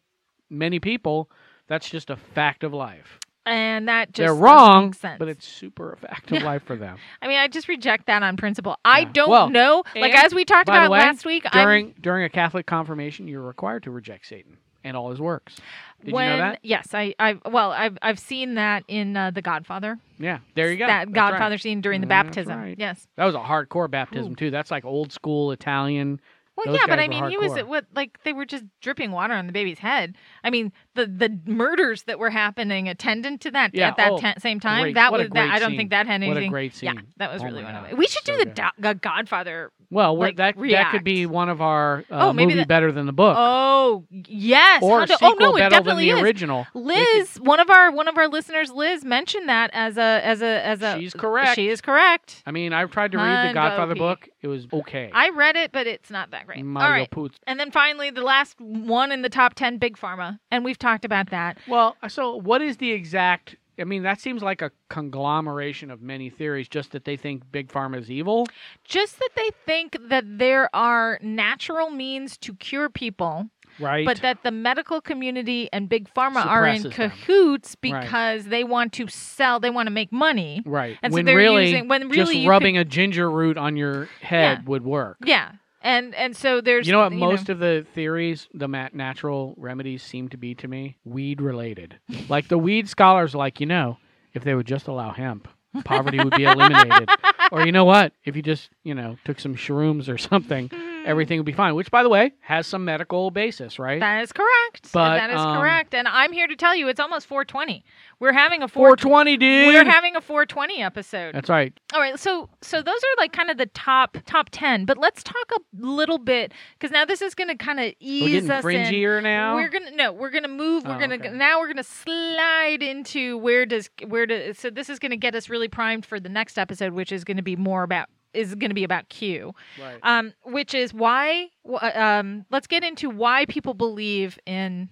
Speaker 2: many people, that's just a fact of life.
Speaker 1: and that just
Speaker 2: They're
Speaker 1: doesn't
Speaker 2: wrong,
Speaker 1: make sense.
Speaker 2: but it's super a
Speaker 1: <laughs>
Speaker 2: fact of life for them.
Speaker 1: I mean, I just reject that on principle. I
Speaker 2: Yeah.
Speaker 1: don't
Speaker 2: Well,
Speaker 1: know. Like
Speaker 2: and,
Speaker 1: as we talked
Speaker 2: by the
Speaker 1: about
Speaker 2: way,
Speaker 1: last week,
Speaker 2: during during a Catholic confirmation, you're required to reject Satan and all his works.
Speaker 1: I'm
Speaker 2: Did
Speaker 1: when
Speaker 2: you know that?
Speaker 1: yes, I I well, I've I've seen that in uh, The Godfather.
Speaker 2: Yeah, there you go.
Speaker 1: That
Speaker 2: That's right. Mm,
Speaker 1: Godfather scene during the
Speaker 2: That's
Speaker 1: baptism.
Speaker 2: right.
Speaker 1: Yes.
Speaker 2: That was a hardcore baptism too. That's like old school Italian.
Speaker 1: Well,
Speaker 2: Those
Speaker 1: yeah, but
Speaker 2: guys
Speaker 1: I
Speaker 2: were
Speaker 1: mean, he was
Speaker 2: hardcore.
Speaker 1: what like they were just dripping water on the baby's head. I mean, the the murders that were happening attendant to that
Speaker 2: Yeah,
Speaker 1: at that
Speaker 2: oh,
Speaker 1: ta- same time.
Speaker 2: great-
Speaker 1: that
Speaker 2: what a
Speaker 1: was that.
Speaker 2: great
Speaker 1: I don't
Speaker 2: scene.
Speaker 1: think that had anything.
Speaker 2: What a great scene.
Speaker 1: Yeah, that was
Speaker 2: Oh
Speaker 1: really
Speaker 2: my
Speaker 1: one of
Speaker 2: God,
Speaker 1: it. We should
Speaker 2: so
Speaker 1: do the
Speaker 2: good.
Speaker 1: do- the Godfather.
Speaker 2: Well, we're-
Speaker 1: like,
Speaker 2: that that could be
Speaker 1: react.
Speaker 2: one of our uh,
Speaker 1: Oh, maybe
Speaker 2: movie
Speaker 1: that-
Speaker 2: better than the book,
Speaker 1: Oh yes,
Speaker 2: or
Speaker 1: How
Speaker 2: a
Speaker 1: do-
Speaker 2: sequel
Speaker 1: oh no, it
Speaker 2: better than
Speaker 1: definitely
Speaker 2: the
Speaker 1: is.
Speaker 2: original. They could-
Speaker 1: Liz, one of our one of our listeners, Liz, mentioned that as a as a as a.
Speaker 2: She's correct.
Speaker 1: She is correct.
Speaker 2: I mean, I've tried to read the
Speaker 1: Hundo
Speaker 2: Godfather
Speaker 1: P.
Speaker 2: book. It was okay.
Speaker 1: I read it, but it's not that great.
Speaker 2: Mario
Speaker 1: All right.
Speaker 2: Puzo.
Speaker 1: And then finally, the last one in the top 10, Big Pharma. And we've talked about that.
Speaker 2: Well, uh, so what is the exact? I mean, that seems like a conglomeration of many theories. Just that they think big pharma is evil.
Speaker 1: Just that they think that there are natural means to cure people,
Speaker 2: Right.
Speaker 1: but that the medical community and Big Pharma are in
Speaker 2: Suppresses them.
Speaker 1: cahoots
Speaker 2: Right.
Speaker 1: because they want to sell, they want to make money.
Speaker 2: right.
Speaker 1: and so
Speaker 2: when
Speaker 1: they're
Speaker 2: really,
Speaker 1: using- when really you
Speaker 2: just
Speaker 1: could-
Speaker 2: rubbing a ginger root on your head would work.
Speaker 1: Yeah. And and so there's
Speaker 2: You know what? Most of the theories, the ma- natural remedies, seem to be to me weed
Speaker 1: <laughs>
Speaker 2: related. like the weed scholars, are like you know, if they would just allow hemp, poverty would
Speaker 1: <laughs>
Speaker 2: be eliminated. or you know what? If you just you know took some shrooms or something,
Speaker 1: Hmm.
Speaker 2: everything would be fine. Which, by the way, has some medical basis, right?
Speaker 1: that is correct.
Speaker 2: But,
Speaker 1: that is
Speaker 2: um,
Speaker 1: correct. And I'm here to tell you it's almost 420. We're having a 420.
Speaker 2: 420, dude.
Speaker 1: We're having a 420 episode.
Speaker 2: That's right.
Speaker 1: All right, so so those are like kind of the top top ten, but let's talk a little bit because now this is going to kind of
Speaker 2: We're
Speaker 1: ease
Speaker 2: getting
Speaker 1: us in.
Speaker 2: fringier now.
Speaker 1: We're gonna no, we're gonna move. We're
Speaker 2: Oh,
Speaker 1: gonna
Speaker 2: okay.
Speaker 1: now we're gonna slide into where does where does so this is gonna get us really primed for the next episode, which is gonna be more about is gonna be about Q,
Speaker 2: right.
Speaker 1: um, which is why wh- um let's get into why people believe in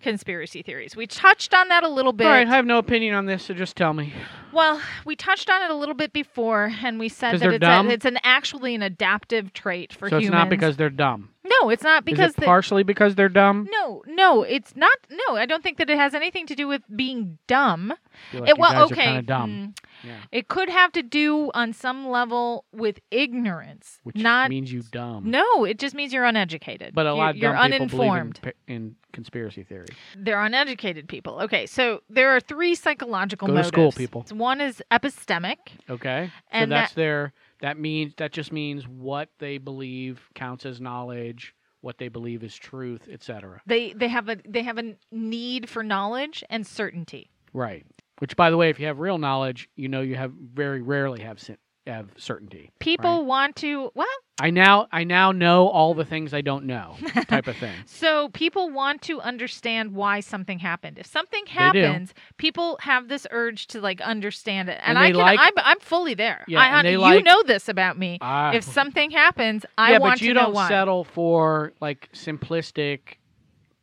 Speaker 1: conspiracy theories. We touched on that a little bit.
Speaker 2: All right. I have no opinion on this, so just tell me.
Speaker 1: Well, we touched on it a little bit before, and we
Speaker 2: 'Cause
Speaker 1: said
Speaker 2: they're
Speaker 1: that it's,
Speaker 2: dumb?
Speaker 1: a, it's an actually an adaptive trait for
Speaker 2: so
Speaker 1: humans.
Speaker 2: it's not because they're dumb.
Speaker 1: no, it's not because
Speaker 2: Is it
Speaker 1: the- Hmm.
Speaker 2: partially because they're dumb?
Speaker 1: no, no, it's not. No, I don't think that it has anything to do with being dumb.
Speaker 2: I feel like
Speaker 1: it,
Speaker 2: you
Speaker 1: well,
Speaker 2: guys are
Speaker 1: okay,
Speaker 2: kinda dumb,
Speaker 1: mm,
Speaker 2: Yeah.
Speaker 1: it could have to do on some level with ignorance,
Speaker 2: which
Speaker 1: not.
Speaker 2: means you dumb.
Speaker 1: no, it just means you're uneducated.
Speaker 2: But a
Speaker 1: You're-
Speaker 2: lot of
Speaker 1: you're,
Speaker 2: dumb people believe in
Speaker 1: uninformed.
Speaker 2: pe- in, conspiracy theory.
Speaker 1: They're uneducated people. Okay, so there are three psychological
Speaker 2: Go to
Speaker 1: motives.
Speaker 2: school, people.
Speaker 1: One is epistemic.
Speaker 2: Okay,
Speaker 1: And
Speaker 2: so that's their that means that just means what they believe counts as knowledge, what they believe is truth, etc.
Speaker 1: They they have a they have a need for knowledge and certainty.
Speaker 2: Right. Which, by the way, if you have real knowledge, you know you have very rarely have sin- have certainty.
Speaker 1: People
Speaker 2: Right.
Speaker 1: want to well,
Speaker 2: I now I now know all the things I don't know, type of thing.
Speaker 1: so people want to understand why something happened. If something
Speaker 2: do.
Speaker 1: happens, people have this urge to like understand it. And,
Speaker 2: And
Speaker 1: I
Speaker 2: they
Speaker 1: can
Speaker 2: like-
Speaker 1: I'm I'm fully there.
Speaker 2: Yeah,
Speaker 1: I,
Speaker 2: and they
Speaker 1: you
Speaker 2: like-
Speaker 1: know this about me.
Speaker 2: Ah.
Speaker 1: if something
Speaker 2: <laughs>
Speaker 1: happens, I
Speaker 2: yeah,
Speaker 1: want
Speaker 2: but you
Speaker 1: to know
Speaker 2: don't
Speaker 1: why.
Speaker 2: settle for like simplistic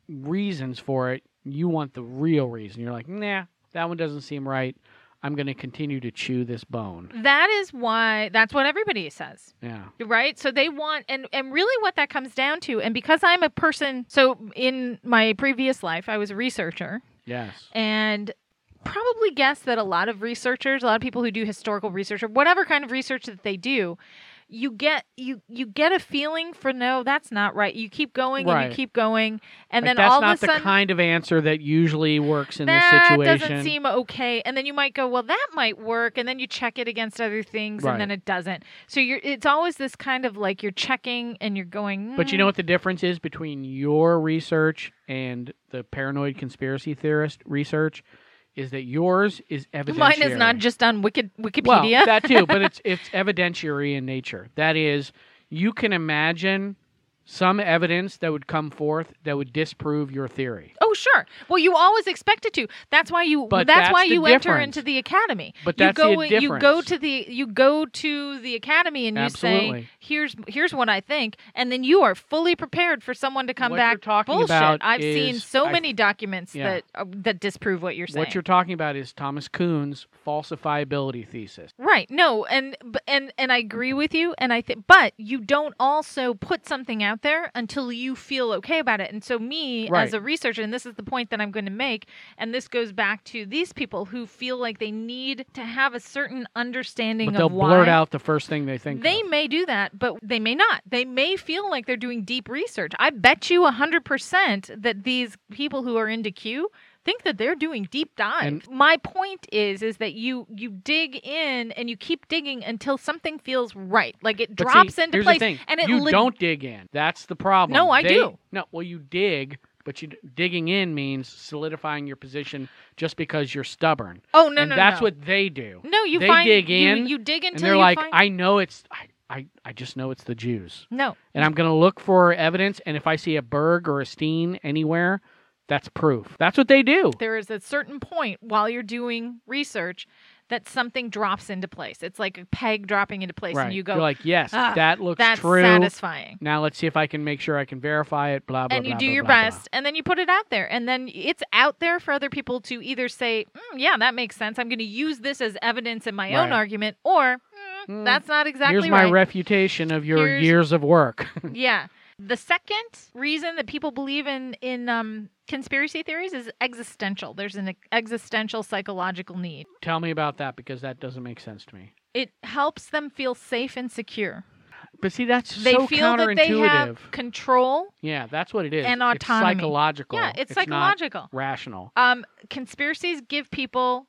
Speaker 2: reasons for it. You want the real reason. You're like, nah, that one doesn't seem right. I'm going to continue to chew this bone.
Speaker 1: That is why that's what everybody says.
Speaker 2: Yeah,
Speaker 1: right so they want and and really what that comes down to and because i'm a person so in my previous life i was a researcher
Speaker 2: yes.
Speaker 1: and probably guess that a lot of researchers a lot of people who do historical research or whatever kind of research that they do you get you you get a feeling for no that's not right you keep going and
Speaker 2: Right.
Speaker 1: you keep going and
Speaker 2: Like,
Speaker 1: then
Speaker 2: that's
Speaker 1: all
Speaker 2: not
Speaker 1: of a sudden
Speaker 2: the kind of answer that usually works in
Speaker 1: that
Speaker 2: this situation.
Speaker 1: doesn't seem okay and then you might go well that might work and then you check it against other things
Speaker 2: Right.
Speaker 1: and then it doesn't so you're it's always this kind of like you're checking and you're going
Speaker 2: But you
Speaker 1: "Mm,
Speaker 2: know what the difference is between your research and the paranoid conspiracy theorist research is that yours is evidentiary.
Speaker 1: mine is not just on Wiki, wikipedia
Speaker 2: well, that too,
Speaker 1: <laughs>
Speaker 2: but it's it's evidentiary in nature. That is, you can imagine some evidence that would come forth that would disprove your theory.
Speaker 1: oh sure well you always expect it to that's why you
Speaker 2: But
Speaker 1: that's,
Speaker 2: that's
Speaker 1: why
Speaker 2: the
Speaker 1: you enter
Speaker 2: difference.
Speaker 1: into the academy
Speaker 2: But
Speaker 1: you
Speaker 2: that's the
Speaker 1: go you go
Speaker 2: difference.
Speaker 1: to the you go to the academy and you say
Speaker 2: Absolutely.
Speaker 1: here's here's what i think and then you are fully prepared for someone to come
Speaker 2: What
Speaker 1: back
Speaker 2: you're talking
Speaker 1: bullshit
Speaker 2: about
Speaker 1: i've seen
Speaker 2: is-
Speaker 1: so
Speaker 2: I-
Speaker 1: many documents
Speaker 2: Yeah.
Speaker 1: that uh, that disprove what you're saying
Speaker 2: What you're talking about is Thomas Kuhn's falsifiability thesis.
Speaker 1: Right. No, and b- and and I agree with you and I think but you don't also put something out there until you feel okay about it. And so, me as
Speaker 2: Right.
Speaker 1: a researcher, and this is the point that I'm going to make, and this goes back to these people who feel like they need to have a certain understanding
Speaker 2: But they'll
Speaker 1: of why
Speaker 2: blurt out the first thing they think.
Speaker 1: they
Speaker 2: of.
Speaker 1: may do that, but they may not. They may feel like they're doing deep research. I bet you 100% that these people who are into Q think that they're doing deep dive.
Speaker 2: And-
Speaker 1: My point is is that you you dig in and you keep digging until something feels right. Like it
Speaker 2: But see,
Speaker 1: drops into
Speaker 2: here's
Speaker 1: place
Speaker 2: The thing.
Speaker 1: and it
Speaker 2: you
Speaker 1: leg-
Speaker 2: don't dig in. That's the problem.
Speaker 1: No, I
Speaker 2: They-
Speaker 1: do.
Speaker 2: No, well, you dig, but you digging in means solidifying your position just because you're stubborn.
Speaker 1: Oh no
Speaker 2: and
Speaker 1: no
Speaker 2: that's
Speaker 1: no.
Speaker 2: what they do.
Speaker 1: No, you
Speaker 2: they
Speaker 1: find
Speaker 2: dig
Speaker 1: you-
Speaker 2: in,
Speaker 1: you, dig until
Speaker 2: and they're
Speaker 1: you
Speaker 2: like,
Speaker 1: find
Speaker 2: I know it's, I, I, I just know it's the Jews,
Speaker 1: No.
Speaker 2: and I'm gonna look for evidence. And if I see a Berg or a Steen anywhere, that's proof. That's what they do.
Speaker 1: there is a certain point while you're doing research that something drops into place. It's like a peg dropping into place
Speaker 2: right.
Speaker 1: and you go
Speaker 2: are like, yes,
Speaker 1: "Ah,
Speaker 2: that looks
Speaker 1: that's
Speaker 2: true.
Speaker 1: satisfying.
Speaker 2: now let's see if I can make sure I can verify it. Blah blah.
Speaker 1: and you
Speaker 2: blah,
Speaker 1: do
Speaker 2: blah,
Speaker 1: your
Speaker 2: blah, blah.
Speaker 1: best and then you put it out there and then it's out there for other people to either say mm, yeah that makes sense i'm going to use this as evidence in my own
Speaker 2: Right.
Speaker 1: argument or mm,
Speaker 2: Mm,
Speaker 1: that's not exactly
Speaker 2: Here's my
Speaker 1: right
Speaker 2: refutation of your
Speaker 1: Here's-
Speaker 2: years of work. <laughs>
Speaker 1: yeah the second reason that people believe in in um, conspiracy theories is existential there's an existential psychological need
Speaker 2: Tell me about that because that doesn't make sense to me.
Speaker 1: it helps them feel safe and secure
Speaker 2: But see, that's
Speaker 1: they
Speaker 2: so
Speaker 1: feel that
Speaker 2: counterintuitive.
Speaker 1: they have control
Speaker 2: yeah, that's what it is.
Speaker 1: and
Speaker 2: It's
Speaker 1: autonomy.
Speaker 2: psychological.
Speaker 1: yeah it's,
Speaker 2: not
Speaker 1: psychological
Speaker 2: rational.
Speaker 1: um, conspiracies give people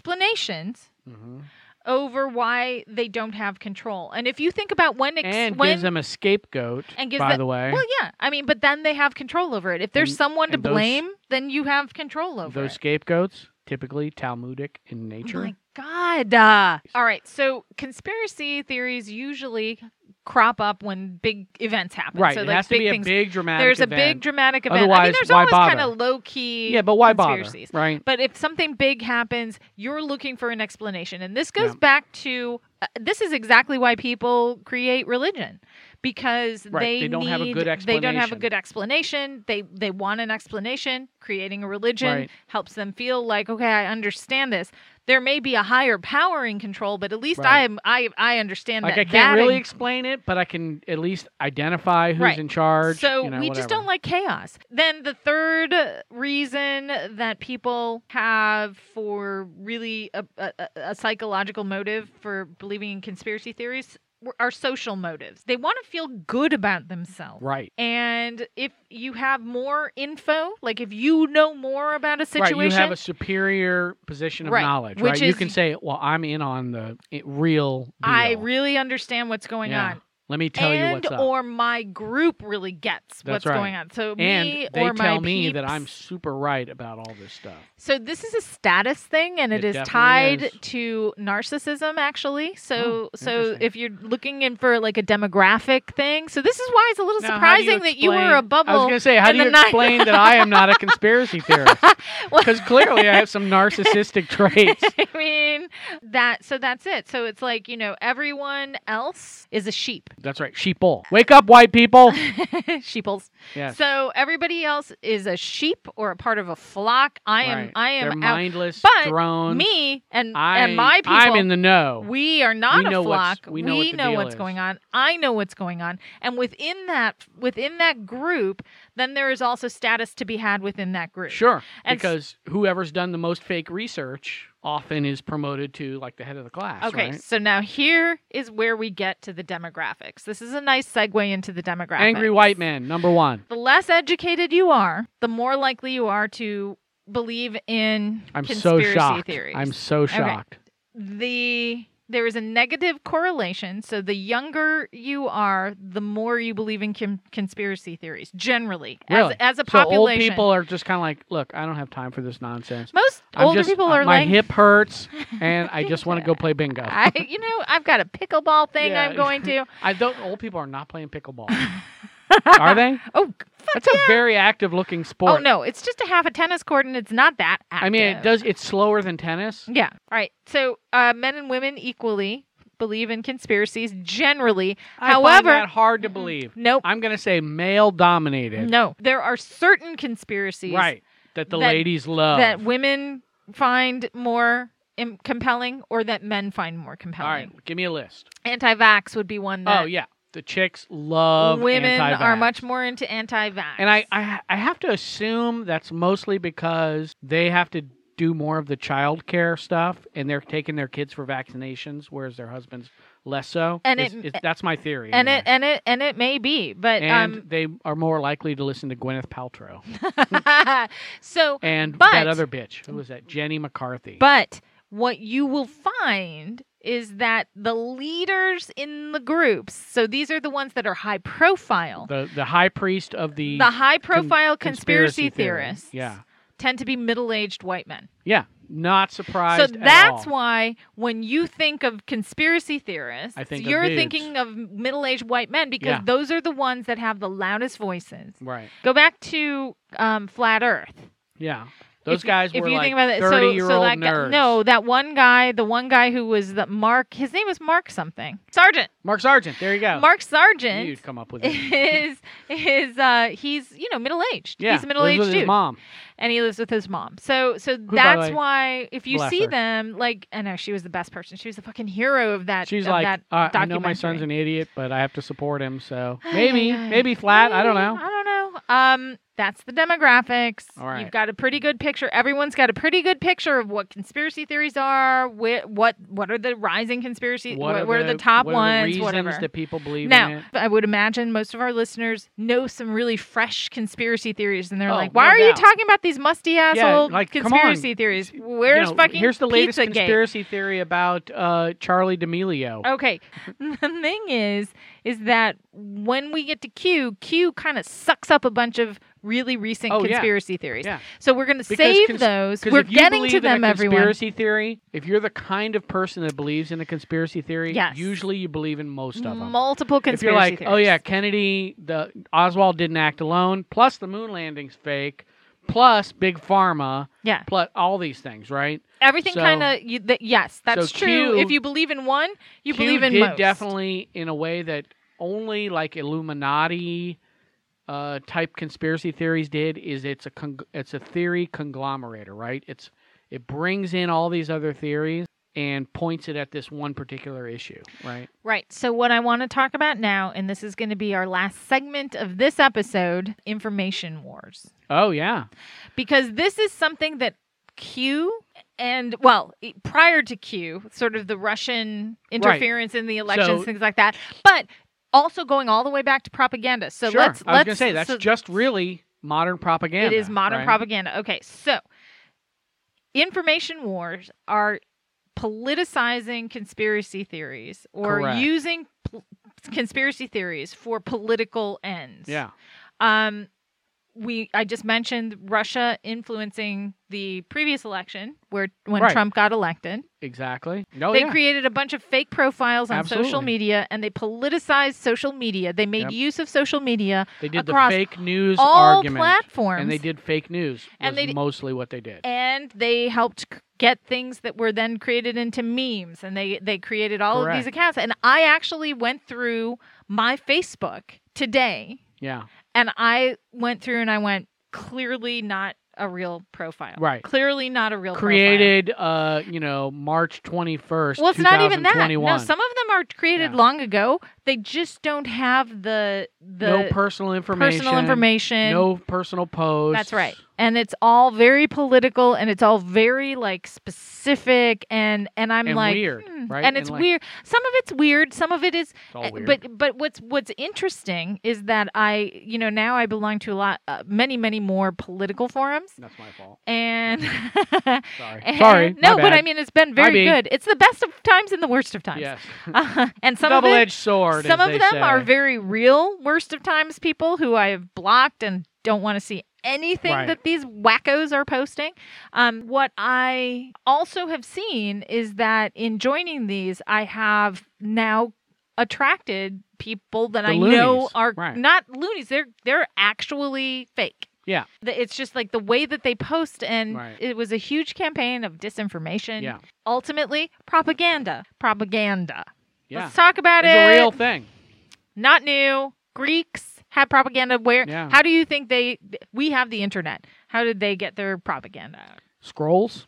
Speaker 1: explanations
Speaker 2: hmm
Speaker 1: over why they don't have control. And if you think about when ex-
Speaker 2: And
Speaker 1: when
Speaker 2: gives them a scapegoat.
Speaker 1: and gives
Speaker 2: by
Speaker 1: them-
Speaker 2: the way,
Speaker 1: well, yeah, I mean, but then they have control over it. If there's
Speaker 2: And-
Speaker 1: someone to
Speaker 2: and those-
Speaker 1: blame, then you have control over
Speaker 2: those
Speaker 1: it.
Speaker 2: scapegoats typically Talmudic in
Speaker 1: Oh
Speaker 2: nature.
Speaker 1: my God. uh. all right. So conspiracy theories usually crop up when big events happen.
Speaker 2: right,
Speaker 1: So
Speaker 2: it
Speaker 1: like
Speaker 2: has to
Speaker 1: big
Speaker 2: be a
Speaker 1: things.
Speaker 2: big dramatic.
Speaker 1: there's a big
Speaker 2: event.
Speaker 1: dramatic event. I mean,
Speaker 2: Otherwise,
Speaker 1: there's
Speaker 2: why
Speaker 1: always
Speaker 2: bother?
Speaker 1: kind of low key.
Speaker 2: Yeah, but why bother?
Speaker 1: conspiracies.
Speaker 2: Right.
Speaker 1: But if something big happens, you're looking for an explanation. And this goes
Speaker 2: Yeah.
Speaker 1: back to uh, this is exactly why people create religion because
Speaker 2: Right,
Speaker 1: they,
Speaker 2: they don't have a
Speaker 1: need-
Speaker 2: good
Speaker 1: They don't have a
Speaker 2: explanation.
Speaker 1: good explanation. They they want an explanation. Creating a religion
Speaker 2: Right.
Speaker 1: helps them feel like okay, I understand this. There may be a higher power in control, but at least
Speaker 2: Right.
Speaker 1: I am I I understand
Speaker 2: Like
Speaker 1: that.
Speaker 2: I can't
Speaker 1: that
Speaker 2: really
Speaker 1: and-
Speaker 2: explain it, but I can at least identify who's
Speaker 1: Right.
Speaker 2: in charge.
Speaker 1: so
Speaker 2: you know,
Speaker 1: we just
Speaker 2: whatever.
Speaker 1: don't like chaos. Then the third uh, reason that people have for really a, a, a- a psychological motive for believing in conspiracy theories were- are social motives. They want to feel good about themselves.
Speaker 2: Right.
Speaker 1: And if you have more info, like if you know more about a situation,
Speaker 2: Right, you have a superior position of
Speaker 1: Right,
Speaker 2: knowledge,
Speaker 1: which
Speaker 2: right?
Speaker 1: is-
Speaker 2: you can say, "Well, I'm in on the it, real deal.
Speaker 1: I really understand what's going
Speaker 2: Yeah.
Speaker 1: on.
Speaker 2: Let me tell you
Speaker 1: and
Speaker 2: what's up."
Speaker 1: or my group really gets
Speaker 2: That's
Speaker 1: what's
Speaker 2: right.
Speaker 1: going on. So me
Speaker 2: and they
Speaker 1: or my
Speaker 2: tell me that
Speaker 1: peeps-
Speaker 2: I'm super right about all this stuff.
Speaker 1: So this is a status thing, and it
Speaker 2: It
Speaker 1: is
Speaker 2: definitely
Speaker 1: tied
Speaker 2: is.
Speaker 1: to narcissism, actually. So,
Speaker 2: Oh,
Speaker 1: so
Speaker 2: interesting.
Speaker 1: if you're looking in for like a demographic thing, so this is why it's a little
Speaker 2: Now, how do
Speaker 1: surprising that you were
Speaker 2: explain-
Speaker 1: a
Speaker 2: I was
Speaker 1: bubble.
Speaker 2: gonna say, how
Speaker 1: in
Speaker 2: do you
Speaker 1: the night.
Speaker 2: explain that I am not a
Speaker 1: <laughs>
Speaker 2: conspiracy theorist?
Speaker 1: Well-
Speaker 2: Because clearly, I have some narcissistic <laughs> traits.
Speaker 1: <laughs> I mean, that. So that's it. So it's like you know, everyone else is a sheep, <laughs>
Speaker 2: That's right, sheeple. Wake up, white people.
Speaker 1: sheeples.
Speaker 2: Yes.
Speaker 1: So everybody else is a sheep or a part of a flock. I am.
Speaker 2: right.
Speaker 1: I am
Speaker 2: They're
Speaker 1: out.
Speaker 2: mindless
Speaker 1: But
Speaker 2: drones.
Speaker 1: Me and
Speaker 2: I,
Speaker 1: and my people.
Speaker 2: I'm in the know.
Speaker 1: We are not
Speaker 2: We
Speaker 1: a
Speaker 2: know what's-
Speaker 1: flock.
Speaker 2: we know what the deal
Speaker 1: what's
Speaker 2: is.
Speaker 1: going on. I know what's going on. And within that within that group, then there is also status to be had within that group.
Speaker 2: Sure,
Speaker 1: And s-
Speaker 2: because whoever's done the most fake research often is promoted to like the head of the class.
Speaker 1: Okay,
Speaker 2: right?
Speaker 1: so now here is where we get to the demographics. This is a nice segue into the demographics.
Speaker 2: angry white man number one.
Speaker 1: The less educated you are, the more likely you are to believe in
Speaker 2: I'm so
Speaker 1: conspiracy
Speaker 2: shocked.
Speaker 1: theories.
Speaker 2: I'm so shocked.
Speaker 1: the there is a negative correlation. So the younger you are, the more you believe in con- conspiracy theories. Generally,
Speaker 2: Really?
Speaker 1: as, as a
Speaker 2: So old
Speaker 1: population,
Speaker 2: people are just kind of like, look, I don't have time for this nonsense.
Speaker 1: most
Speaker 2: I'm
Speaker 1: older
Speaker 2: just-
Speaker 1: people
Speaker 2: uh,
Speaker 1: are
Speaker 2: my
Speaker 1: like,
Speaker 2: hip
Speaker 1: <laughs>
Speaker 2: hurts, and I just want to go play bingo.
Speaker 1: I, you know, I've got a pickleball thing
Speaker 2: Yeah.
Speaker 1: I'm going to.
Speaker 2: <laughs> I don't. Old people are not playing pickleball.
Speaker 1: <laughs>
Speaker 2: are they?
Speaker 1: Oh, fuck
Speaker 2: That's a very active looking sport.
Speaker 1: Oh no, it's just a half a tennis court, and it's not that. Active.
Speaker 2: I mean, it does. It's slower than tennis.
Speaker 1: Yeah. All right. So uh, men and women equally believe in conspiracies generally.
Speaker 2: I
Speaker 1: However-
Speaker 2: find that hard to believe.
Speaker 1: Nope.
Speaker 2: I'm gonna say male dominated.
Speaker 1: No, there are certain conspiracies
Speaker 2: Right. That the
Speaker 1: That-
Speaker 2: ladies love.
Speaker 1: that women find more im- compelling or that men find more
Speaker 2: All
Speaker 1: compelling.
Speaker 2: right, give me a list.
Speaker 1: Anti-vax would be one that
Speaker 2: Oh yeah, The chicks love
Speaker 1: Women are
Speaker 2: anti-vax.
Speaker 1: much more into anti-vax.
Speaker 2: And I, I I have to assume that's mostly because they have to do more of the child care stuff and they're taking their kids for vaccinations, whereas their husbands less so.
Speaker 1: And
Speaker 2: It's-
Speaker 1: it-
Speaker 2: it's- that's my theory.
Speaker 1: and
Speaker 2: anyway.
Speaker 1: it and it and it may be, but
Speaker 2: and
Speaker 1: um,
Speaker 2: they are more likely to listen to Gwyneth Paltrow
Speaker 1: um,
Speaker 2: <laughs>
Speaker 1: <laughs> so
Speaker 2: and
Speaker 1: <laughs> But-
Speaker 2: that other bitch. Who was that? Jenny McCarthy.
Speaker 1: But what you will find is that the leaders in the groups, so these are the ones that are high profile,
Speaker 2: the the high priest of the,
Speaker 1: the, high profile
Speaker 2: con-
Speaker 1: conspiracy,
Speaker 2: theory.
Speaker 1: theorists
Speaker 2: Yeah,
Speaker 1: tend to be middle aged white men.
Speaker 2: yeah. Not
Speaker 1: So
Speaker 2: surprised. at
Speaker 1: that's
Speaker 2: all.
Speaker 1: why when you think of conspiracy theorists,
Speaker 2: I think of
Speaker 1: you're
Speaker 2: dudes.
Speaker 1: thinking of middle aged white men because
Speaker 2: Yeah.
Speaker 1: those are the ones that have the loudest voices.
Speaker 2: Right.
Speaker 1: Go back to um, Flat Earth.
Speaker 2: Yeah. Those
Speaker 1: if, you-
Speaker 2: guys
Speaker 1: if
Speaker 2: were
Speaker 1: you
Speaker 2: like
Speaker 1: think about it, so-
Speaker 2: thirty year
Speaker 1: so
Speaker 2: old
Speaker 1: that guy-
Speaker 2: nerds.
Speaker 1: no, that one guy, the one guy who was the Mark, his name was Mark something, Sergeant.
Speaker 2: Mark Sargent. There you go.
Speaker 1: Mark Sargent
Speaker 2: You'd Oh. come up with it.
Speaker 1: <laughs> is is uh he's you know middle aged.
Speaker 2: Yeah,
Speaker 1: he's a middle aged
Speaker 2: lives with his
Speaker 1: dude,
Speaker 2: mom.
Speaker 1: and he lives with his mom. So so
Speaker 2: by
Speaker 1: that's
Speaker 2: the way,
Speaker 1: why if you
Speaker 2: bless
Speaker 1: see
Speaker 2: her.
Speaker 1: them like, I know she was the best person. She was the fucking hero of that.
Speaker 2: She's
Speaker 1: of
Speaker 2: like,
Speaker 1: that
Speaker 2: uh, I
Speaker 1: documentary.
Speaker 2: know my son's an idiot, but I have to support him. So
Speaker 1: <sighs> Ay,
Speaker 2: maybe,
Speaker 1: ay, ay.
Speaker 2: maybe flat. I don't
Speaker 1: Maybe.
Speaker 2: know.
Speaker 1: Mm, I don't know. Um, that's the demographics.
Speaker 2: All right.
Speaker 1: You've got a pretty good picture. Everyone's got a pretty good picture of what conspiracy theories are. Wh- what what are the rising conspiracy? What, what are the top
Speaker 2: what
Speaker 1: ones?
Speaker 2: Are the reasons
Speaker 1: whatever.
Speaker 2: that people believe in
Speaker 1: Now,
Speaker 2: it?
Speaker 1: I would imagine most of our listeners know some really fresh conspiracy theories, and they're
Speaker 2: Oh,
Speaker 1: like,
Speaker 2: no
Speaker 1: "Why are you
Speaker 2: doubt.
Speaker 1: talking about these musty ass
Speaker 2: Yeah,
Speaker 1: old
Speaker 2: like, come on.
Speaker 1: conspiracy theories?
Speaker 2: You
Speaker 1: Where's
Speaker 2: you know,
Speaker 1: fucking
Speaker 2: here's the latest
Speaker 1: Pizzagate?" Oh,
Speaker 2: conspiracy theory about uh, Charlie D'Amelio.
Speaker 1: Okay, <laughs> the thing is, is that when we get to Q, Q kind of sucks up a bunch of really recent
Speaker 2: Oh, yeah.
Speaker 1: conspiracy theories.
Speaker 2: Yeah.
Speaker 1: So we're going to
Speaker 2: Because
Speaker 1: save
Speaker 2: cons-
Speaker 1: those.
Speaker 2: 'Cause
Speaker 1: We're
Speaker 2: if you
Speaker 1: getting
Speaker 2: believe
Speaker 1: to them,
Speaker 2: in a
Speaker 1: everyone.
Speaker 2: conspiracy theory, if you're the kind of person that believes in a conspiracy theory,
Speaker 1: Yes.
Speaker 2: usually you believe in most of them.
Speaker 1: Multiple
Speaker 2: um, if
Speaker 1: conspiracy
Speaker 2: you're like,
Speaker 1: theories.
Speaker 2: oh yeah, Kennedy, the Oswald didn't act alone, plus the moon landing's fake, plus big pharma,
Speaker 1: yeah,
Speaker 2: plus all these things, right?
Speaker 1: everything
Speaker 2: so-
Speaker 1: kind of. Th- yes, that's
Speaker 2: So
Speaker 1: true.
Speaker 2: Q-
Speaker 1: if you believe in one, you
Speaker 2: Q
Speaker 1: believe in
Speaker 2: did
Speaker 1: most.
Speaker 2: definitely in a way that only like Illuminati uh, type conspiracy theories did is it's a con- it's a theory conglomerator, right? It's it brings in all these other theories and points it at this one particular issue, right?
Speaker 1: Right. So, what I want to talk about now, and this is going to be our last segment of this episode information wars.
Speaker 2: Oh yeah,
Speaker 1: Because this is something that Q and, well, i- prior to Q, sort of the Russian interference in the elections,
Speaker 2: So-
Speaker 1: things like that, but also going all the way back to propaganda. So,
Speaker 2: sure.
Speaker 1: let's,
Speaker 2: I was
Speaker 1: let's
Speaker 2: gonna say that's
Speaker 1: so
Speaker 2: just really modern propaganda.
Speaker 1: it is modern
Speaker 2: right?
Speaker 1: propaganda. Okay. So, information wars are politicizing conspiracy theories or
Speaker 2: Correct.
Speaker 1: using pol- conspiracy theories for political ends.
Speaker 2: Yeah.
Speaker 1: Um, we I just mentioned Russia influencing the previous election where when
Speaker 2: Right.
Speaker 1: Trump got elected.
Speaker 2: Exactly. No,
Speaker 1: they
Speaker 2: yeah.
Speaker 1: created a bunch of fake profiles on social
Speaker 2: Absolutely.
Speaker 1: media and they politicized social media. They made
Speaker 2: Yep.
Speaker 1: use of social media
Speaker 2: they did the
Speaker 1: across
Speaker 2: fake news
Speaker 1: all
Speaker 2: argument,
Speaker 1: platforms.
Speaker 2: and they did fake news.
Speaker 1: And
Speaker 2: And
Speaker 1: they d-
Speaker 2: mostly what they did.
Speaker 1: and they helped c- get things that were then created into memes and they they created all of these
Speaker 2: Correct.
Speaker 1: accounts and i actually went through my facebook today
Speaker 2: yeah.
Speaker 1: and i went through and i went clearly not a real profile
Speaker 2: Right.
Speaker 1: clearly not a real
Speaker 2: Created, uh, you know, March twenty first.
Speaker 1: profile. well it's not even that no
Speaker 2: 2021.
Speaker 1: some of them are created
Speaker 2: Yeah.
Speaker 1: long ago they just don't have the the
Speaker 2: no personal information.
Speaker 1: personal information
Speaker 2: No personal posts.
Speaker 1: That's right. And it's all very political and it's all very like specific and and I'm
Speaker 2: And
Speaker 1: like
Speaker 2: weird,
Speaker 1: hmm.
Speaker 2: right?
Speaker 1: And
Speaker 2: And,
Speaker 1: it's
Speaker 2: like-
Speaker 1: weird. Some of it's weird, some of it is
Speaker 2: It's all
Speaker 1: uh,
Speaker 2: weird.
Speaker 1: but but what's what's interesting is that I you know now I belong to a lot uh, many many more political forums
Speaker 2: That's my fault.
Speaker 1: and, <laughs>
Speaker 2: Sorry.
Speaker 1: and-
Speaker 2: Sorry. my
Speaker 1: No, but
Speaker 2: bad.
Speaker 1: I mean it's been very
Speaker 2: be.
Speaker 1: good. It's the best of times and the worst of times.
Speaker 2: Yes.
Speaker 1: Uh, <laughs> and some of
Speaker 2: Double
Speaker 1: it,
Speaker 2: edged sword.
Speaker 1: some
Speaker 2: as
Speaker 1: of
Speaker 2: they
Speaker 1: them
Speaker 2: say.
Speaker 1: are very real worst of times people who I have blocked and don't want to see anything
Speaker 2: Right.
Speaker 1: that these wackos are posting. Um, what I also have seen is that in joining these, I have now attracted people that
Speaker 2: The
Speaker 1: I know
Speaker 2: loonies,
Speaker 1: are
Speaker 2: right.
Speaker 1: not loonies. They're they're actually fake.
Speaker 2: Yeah.
Speaker 1: The- It's just like the way that they post, and
Speaker 2: Right.
Speaker 1: it was a huge campaign of disinformation.
Speaker 2: Yeah.
Speaker 1: Ultimately, propaganda. Propaganda.
Speaker 2: Yeah.
Speaker 1: Let's talk about
Speaker 2: it's
Speaker 1: it
Speaker 2: a real thing.
Speaker 1: not new. Greeks had propaganda. Where?
Speaker 2: Yeah.
Speaker 1: How do you think they? We have the internet. How did they get their propaganda? out?
Speaker 2: Scrolls.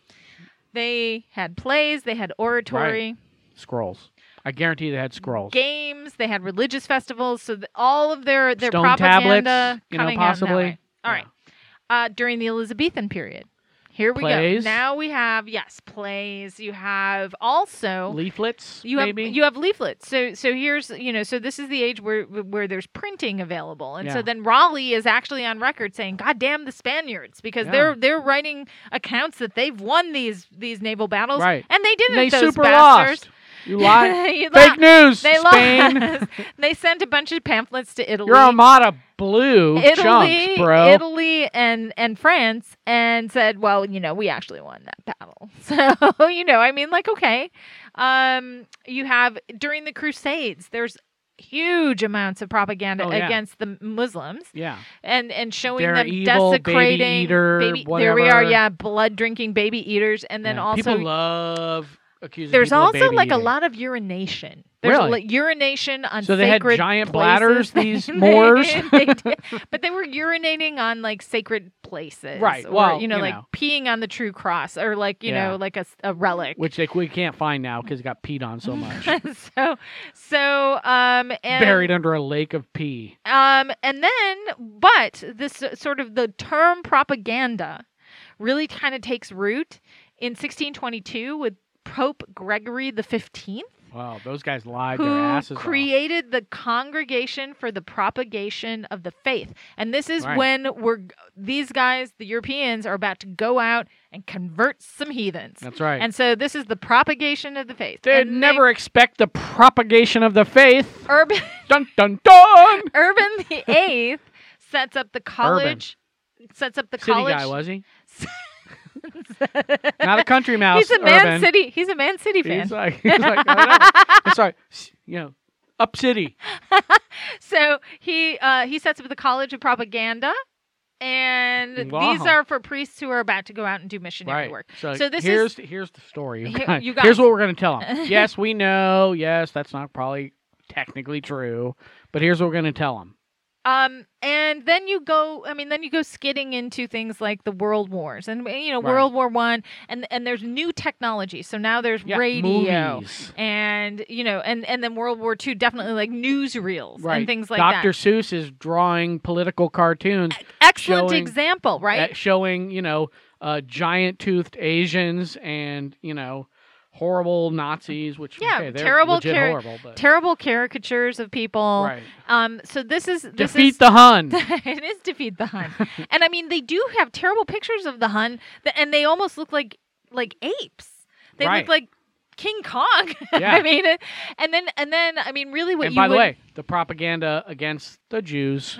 Speaker 1: They had plays. They had oratory.
Speaker 2: Scrolls. I guarantee they had scrolls.
Speaker 1: games. They had religious festivals. So th- all of their their
Speaker 2: Stone
Speaker 1: propaganda
Speaker 2: tablets, you know,
Speaker 1: coming out in that
Speaker 2: possibly.
Speaker 1: way. All right. Uh, during the Elizabethan period. Here we
Speaker 2: Plays.
Speaker 1: go. Now we have yes plays. You have also
Speaker 2: Leaflets,
Speaker 1: you
Speaker 2: maybe.
Speaker 1: have you have leaflets. So so here's you know so this is the age where where there's printing available, and
Speaker 2: Yeah.
Speaker 1: so then Raleigh is actually on record saying, "God damn the Spaniards," because
Speaker 2: Yeah.
Speaker 1: they're they're writing accounts that they've won these these naval battles,
Speaker 2: Right.
Speaker 1: And they didn't.
Speaker 2: they
Speaker 1: those
Speaker 2: super
Speaker 1: bastards.
Speaker 2: lost.
Speaker 1: <laughs>
Speaker 2: You lied.
Speaker 1: You
Speaker 2: Fake
Speaker 1: lo- <laughs>
Speaker 2: news.
Speaker 1: They <laughs>
Speaker 2: Spain.
Speaker 1: lost. they sent a bunch of pamphlets to Italy.
Speaker 2: Your armada blew
Speaker 1: Italy,
Speaker 2: chunks, bro.
Speaker 1: Italy, and and France, and said, "Well, you know, we actually won that battle." <laughs> So you know, I mean, like, okay, um, you have during the Crusades, there's huge amounts of propaganda
Speaker 2: Oh, yeah.
Speaker 1: against the Muslims,
Speaker 2: Yeah.
Speaker 1: and and showing
Speaker 2: They're
Speaker 1: them
Speaker 2: evil, baby
Speaker 1: desecrating
Speaker 2: eater,
Speaker 1: baby- there we are,
Speaker 2: whatever.
Speaker 1: yeah, blood drinking baby eaters, and then
Speaker 2: yeah.
Speaker 1: also
Speaker 2: people love accusing.
Speaker 1: there's
Speaker 2: people of
Speaker 1: also
Speaker 2: baby
Speaker 1: like a
Speaker 2: eating.
Speaker 1: lot of urination. There's
Speaker 2: Really?
Speaker 1: like urination on
Speaker 2: So they had
Speaker 1: sacred
Speaker 2: giant bladders,
Speaker 1: places.
Speaker 2: these
Speaker 1: <laughs> They-
Speaker 2: Moors?
Speaker 1: <laughs> they did. but they were urinating on like sacred places,
Speaker 2: Right,
Speaker 1: Or,
Speaker 2: well,
Speaker 1: you know,
Speaker 2: you
Speaker 1: like
Speaker 2: know.
Speaker 1: peeing on the true cross, or like you
Speaker 2: Yeah.
Speaker 1: know, like a, s- a relic.
Speaker 2: which they, we can't find now because it got peed on so much,
Speaker 1: <laughs> so, so um, and
Speaker 2: buried under a lake of pee.
Speaker 1: Um, and then, but this uh, sort of the term propaganda really kind of takes root in 1622 with Pope Gregory the Fifteenth.
Speaker 2: Wow, those guys lied their
Speaker 1: who
Speaker 2: asses off.
Speaker 1: created the congregation for the propagation of the faith and this is
Speaker 2: Right.
Speaker 1: when we're these guys the europeans are about to go out and convert some heathens
Speaker 2: That's right.
Speaker 1: and so this is the propagation of the faith
Speaker 2: They'd
Speaker 1: And they-
Speaker 2: never expect the propagation of the faith.
Speaker 1: urban <laughs>
Speaker 2: Dun dun dun.
Speaker 1: urban
Speaker 2: <laughs>
Speaker 1: the eighth sets up the college sets up the
Speaker 2: City
Speaker 1: college
Speaker 2: guy
Speaker 1: <laughs>
Speaker 2: was he? Not a country mouse.
Speaker 1: he's a man
Speaker 2: urban.
Speaker 1: city he's a man city fan
Speaker 2: He's like, he's like "Whatever."
Speaker 1: <laughs>
Speaker 2: I'm sorry. S- You know, up city.
Speaker 1: So he uh, he sets up the College of Propaganda, and
Speaker 2: Wow.
Speaker 1: these are for priests who are about to go out and do missionary
Speaker 2: Right.
Speaker 1: work.
Speaker 2: So,
Speaker 1: So this
Speaker 2: here's
Speaker 1: is
Speaker 2: here's the story.
Speaker 1: Here-
Speaker 2: <laughs> guys.
Speaker 1: you
Speaker 2: Here's
Speaker 1: guys.
Speaker 2: what we're gonna
Speaker 1: <laughs>
Speaker 2: tell them. yes, we know. Yes, that's not probably technically true, but here's what we're gonna tell them.
Speaker 1: um, and then you go. I mean, then you go skidding into things like the World Wars, and you know
Speaker 2: Right.
Speaker 1: World War One, and and there's new technology. So now there's
Speaker 2: Yeah,
Speaker 1: radio.
Speaker 2: movies.
Speaker 1: And you know, and and then World War Two definitely like newsreels
Speaker 2: Right.
Speaker 1: and things like
Speaker 2: Dr.
Speaker 1: that.
Speaker 2: Seuss is drawing political cartoons
Speaker 1: Excellent
Speaker 2: showing-
Speaker 1: example, right?
Speaker 2: uh, showing, you know, uh, giant toothed Asians and, you know, horrible Nazis, which
Speaker 1: Yeah,
Speaker 2: okay, they're
Speaker 1: terrible
Speaker 2: legit
Speaker 1: char-
Speaker 2: horrible, but
Speaker 1: Terrible caricatures of people.
Speaker 2: right.
Speaker 1: Um, so this is this
Speaker 2: Defeat
Speaker 1: is,
Speaker 2: the
Speaker 1: <laughs>
Speaker 2: Hun.
Speaker 1: it is defeat the
Speaker 2: <laughs>
Speaker 1: Hun, and I mean they do have terrible pictures of the Hun, th- and they almost look like like apes. They
Speaker 2: Right.
Speaker 1: look like King Kong. <laughs>
Speaker 2: Yeah.
Speaker 1: I mean, it- and then and then I mean, really, what
Speaker 2: and
Speaker 1: you
Speaker 2: by the
Speaker 1: would-
Speaker 2: way, the propaganda against the Jews.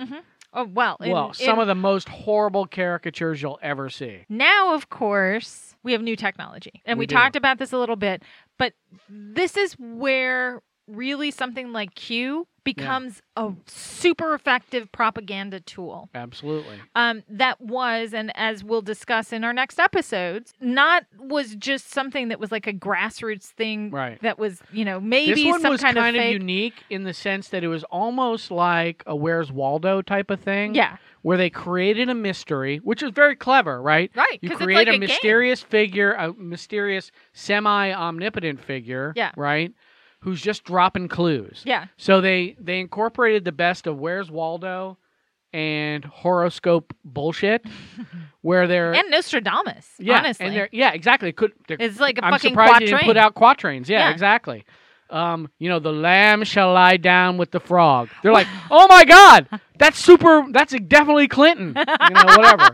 Speaker 1: oh well, in-
Speaker 2: well, some
Speaker 1: in-
Speaker 2: of the most horrible caricatures you'll ever see.
Speaker 1: now of course we have new technology, and
Speaker 2: We
Speaker 1: we,
Speaker 2: do.
Speaker 1: talked about this a little bit, but this is where really something like Q becomes a super effective propaganda tool.
Speaker 2: Absolutely.
Speaker 1: um, that was, and as we'll discuss in our next episodes, not was just something that was like a grassroots thing
Speaker 2: Right.
Speaker 1: that was, you know, maybe
Speaker 2: this one
Speaker 1: some
Speaker 2: was
Speaker 1: kind, of, fake.
Speaker 2: unique in the sense that it was almost like a Where's Waldo type of thing.
Speaker 1: Yeah,
Speaker 2: Where they created a mystery, which is very clever, right?
Speaker 1: right.
Speaker 2: You
Speaker 1: 'cause
Speaker 2: create
Speaker 1: it's like game.
Speaker 2: a mysterious figure, a mysterious semi omnipotent figure,
Speaker 1: Yeah.
Speaker 2: right? Who's just dropping clues.
Speaker 1: Yeah,
Speaker 2: So they they incorporated the best of Where's Waldo and horoscope
Speaker 1: <laughs>
Speaker 2: bullshit, where they're
Speaker 1: and Nostradamus.
Speaker 2: yeah,
Speaker 1: honestly,
Speaker 2: and they're yeah, exactly. It Could they're-
Speaker 1: it's like a
Speaker 2: I'm
Speaker 1: fucking
Speaker 2: surprised they didn't put
Speaker 1: quatrain.
Speaker 2: out quatrains. Yeah,
Speaker 1: Yeah.
Speaker 2: exactly. Um, you know, the lamb shall lie down with the frog.
Speaker 1: <laughs>
Speaker 2: They're like, oh my god, that's super. That's definitely Clinton. You know,
Speaker 1: <laughs>
Speaker 2: whatever.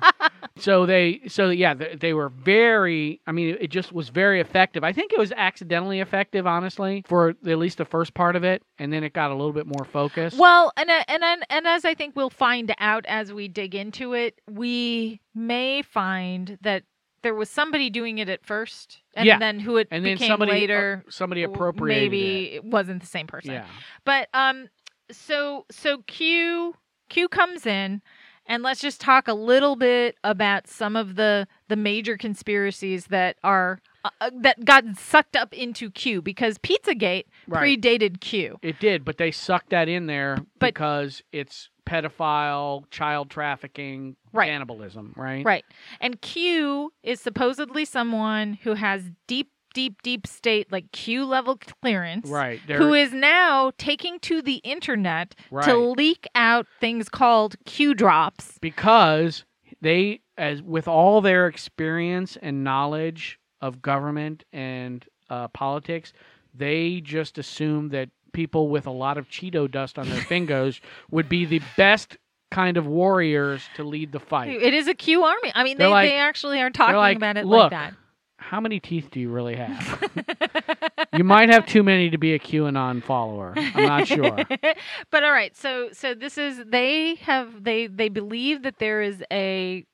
Speaker 2: so they, so yeah, they, they were very. I mean, it just was very effective. I think it was accidentally effective, honestly, for at least the first part of it, and then it got a little bit more focused.
Speaker 1: Well, and uh, and and and as I think we'll find out as we dig into it, we may find that there was somebody doing it at first, and
Speaker 2: Yeah.
Speaker 1: then who it
Speaker 2: and then
Speaker 1: became
Speaker 2: somebody uh,
Speaker 1: later.
Speaker 2: somebody
Speaker 1: w-
Speaker 2: appropriated
Speaker 1: maybe
Speaker 2: it.
Speaker 1: it wasn't the same person.
Speaker 2: Yeah.
Speaker 1: But um, so so Q Q comes in, and let's just talk a little bit about some of the the major conspiracies that are uh, uh, that got sucked up into Q because Pizzagate
Speaker 2: Right.
Speaker 1: predated Q.
Speaker 2: It did, but they sucked that in there
Speaker 1: But-
Speaker 2: because it's pedophile, child trafficking,
Speaker 1: Right.
Speaker 2: Mm-hmm. cannibalism, right?
Speaker 1: Right, and Q is supposedly someone who has deep deep, deep state, like Q level clearance.
Speaker 2: Right. There,
Speaker 1: Who is now taking to the internet
Speaker 2: Right.
Speaker 1: to leak out things called Q drops.
Speaker 2: because they as with all their experience and knowledge of government and uh, politics they just assume that people with a lot of cheeto dust on
Speaker 1: <laughs>
Speaker 2: their fingers would be the best kind of warriors to lead the fight
Speaker 1: It is a Q army. I mean, they,
Speaker 2: They're like-
Speaker 1: they actually are talking
Speaker 2: like,
Speaker 1: about it
Speaker 2: "Look."
Speaker 1: like
Speaker 2: how many teeth do you really have
Speaker 1: <laughs> that.
Speaker 2: you might have too many to be a qanon follower i'm not sure
Speaker 1: <laughs> but all right, so so this is they have they they believe that there is a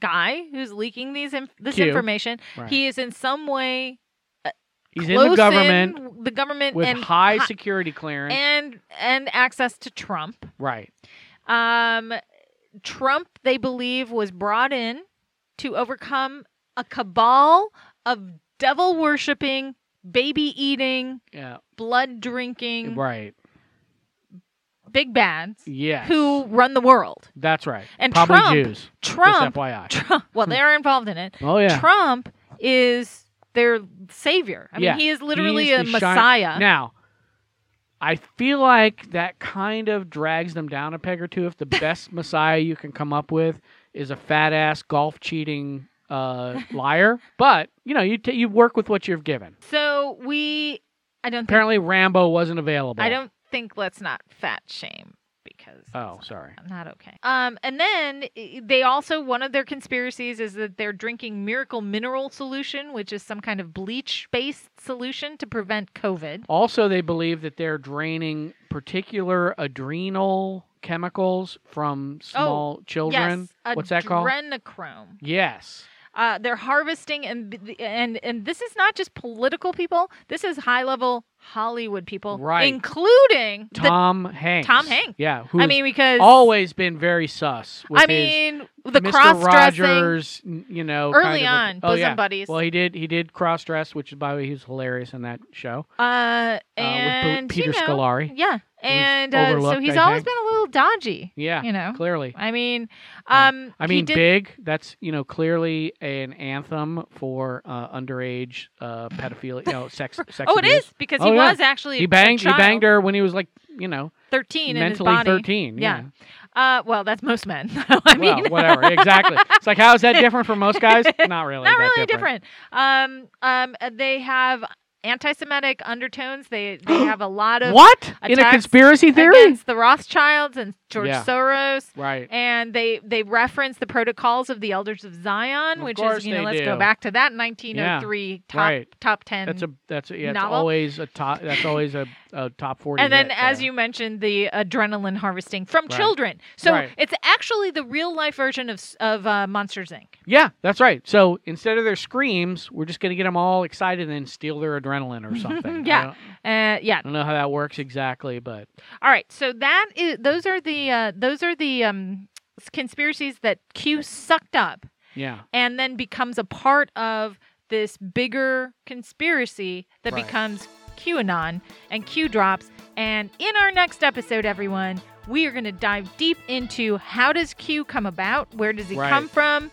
Speaker 1: guy who's leaking these inf- this
Speaker 2: Q.
Speaker 1: information.
Speaker 2: Right.
Speaker 1: <laughs> He is in some way
Speaker 2: he's
Speaker 1: close
Speaker 2: in the government
Speaker 1: in the government
Speaker 2: with
Speaker 1: and
Speaker 2: high
Speaker 1: hi-
Speaker 2: security clearance
Speaker 1: and and access to Trump.
Speaker 2: right
Speaker 1: Um, Trump they believe was brought in to overcome a cabal of devil worshipping, baby eating,
Speaker 2: yeah
Speaker 1: blood drinking
Speaker 2: right
Speaker 1: big bads
Speaker 2: yes
Speaker 1: who run the world.
Speaker 2: that's right
Speaker 1: And
Speaker 2: probably
Speaker 1: Trump-
Speaker 2: jews
Speaker 1: Trump
Speaker 2: just FYI.
Speaker 1: Trump, well, they're involved in it.
Speaker 2: Oh yeah.
Speaker 1: Trump is their savior. I mean,
Speaker 2: Yeah.
Speaker 1: he is literally
Speaker 2: He's
Speaker 1: a
Speaker 2: the shi-
Speaker 1: messiah.
Speaker 2: Now, I feel like that kind of drags them down a peg or
Speaker 1: <laughs>
Speaker 2: two. If the best messiah you can come up with is a fat ass golf cheating
Speaker 1: <laughs>
Speaker 2: uh, liar, but you know you t- you work with what you're given.
Speaker 1: so we, I don't, think,
Speaker 2: Apparently, Rambo wasn't available.
Speaker 1: I don't think let's not fat shame because
Speaker 2: Oh, sorry.
Speaker 1: I'm not okay. Um, and then i- they also one of their conspiracies is that they're drinking miracle mineral solution, which is some kind of bleach based solution to prevent COVID.
Speaker 2: Also, they believe that they're draining particular adrenal chemicals
Speaker 1: Oh,
Speaker 2: from small children.
Speaker 1: Yes,
Speaker 2: What's that called?
Speaker 1: Adrenochrome.
Speaker 2: Yes.
Speaker 1: Uh, they're harvesting, and and and this is not just political people. This is high level Hollywood people,
Speaker 2: Right.
Speaker 1: Including the,
Speaker 2: Tom Hanks.
Speaker 1: Tom Hanks.
Speaker 2: Yeah. Who's
Speaker 1: I mean, because
Speaker 2: always been very sus. With
Speaker 1: I
Speaker 2: his
Speaker 1: mean, the
Speaker 2: Mr.
Speaker 1: cross dressing
Speaker 2: Rogers, n- you know, kind
Speaker 1: early
Speaker 2: of a-
Speaker 1: on,
Speaker 2: oh
Speaker 1: bosom
Speaker 2: yeah.
Speaker 1: buddies.
Speaker 2: Well, he did. He did cross dress, which is by the way, he was hilarious in that show
Speaker 1: uh,
Speaker 2: uh, with
Speaker 1: and
Speaker 2: P- Peter
Speaker 1: you know,
Speaker 2: Scolari.
Speaker 1: yeah, and uh, so
Speaker 2: overlooked,
Speaker 1: he's
Speaker 2: I
Speaker 1: always
Speaker 2: think.
Speaker 1: been a little dodgy.
Speaker 2: Yeah,
Speaker 1: You know,
Speaker 2: clearly.
Speaker 1: I mean,
Speaker 2: Yeah.
Speaker 1: um,
Speaker 2: I
Speaker 1: he
Speaker 2: mean,
Speaker 1: did-
Speaker 2: big. That's you know clearly an anthem for uh, underage uh, pedophilia.
Speaker 1: <laughs>
Speaker 2: No, sex. sex
Speaker 1: Oh, it
Speaker 2: abuse.
Speaker 1: is because
Speaker 2: Oh,
Speaker 1: he
Speaker 2: yeah.
Speaker 1: was actually
Speaker 2: He
Speaker 1: a
Speaker 2: banged. He
Speaker 1: child,
Speaker 2: banged her when he was like you know
Speaker 1: thirteen in his
Speaker 2: mentally
Speaker 1: body.
Speaker 2: thirteen.
Speaker 1: Yeah. Uh, well, that's most men. <laughs> I mean,
Speaker 2: well,
Speaker 1: <laughs>
Speaker 2: whatever. Exactly. It's like how is that different from most guys? Not really.
Speaker 1: not
Speaker 2: that
Speaker 1: really different. Um, um, uh, they have anti-Semitic undertones. They
Speaker 2: <gasps>
Speaker 1: they have a lot of
Speaker 2: What in a
Speaker 1: attacks
Speaker 2: conspiracy theory?
Speaker 1: against the Rothschilds and George
Speaker 2: Yeah.
Speaker 1: Soros.
Speaker 2: Right.
Speaker 1: And they, they reference the protocols of the Elders of Zion,
Speaker 2: Of
Speaker 1: which
Speaker 2: course
Speaker 1: is you know
Speaker 2: they
Speaker 1: let's
Speaker 2: do.
Speaker 1: go back to that 1903 top
Speaker 2: right.
Speaker 1: top ten.
Speaker 2: That's a that's a, yeah, it's
Speaker 1: novel.
Speaker 2: always a top that's always a, a top forty.
Speaker 1: and then
Speaker 2: hit
Speaker 1: as
Speaker 2: there.
Speaker 1: you mentioned, the adrenaline harvesting from
Speaker 2: Right.
Speaker 1: children. So
Speaker 2: Right.
Speaker 1: it's actually the real life version of s- of uh, Monsters Inc.
Speaker 2: yeah, that's right. So instead of their screams, we're just gonna get them all excited and then steal
Speaker 1: <laughs>
Speaker 2: their adrenaline or something. I
Speaker 1: Yeah.
Speaker 2: don't,
Speaker 1: Uh, yeah,
Speaker 2: I don't know how that works exactly, but
Speaker 1: All right, so that is those are the uh, those are the um, s- conspiracies that Q sucked up
Speaker 2: yeah,
Speaker 1: and then becomes a part of this bigger conspiracy that
Speaker 2: Right.
Speaker 1: becomes QAnon and Q drops. And in our next episode, everyone, we are going to dive deep into how does Q come about, where does he
Speaker 2: Right.
Speaker 1: come from,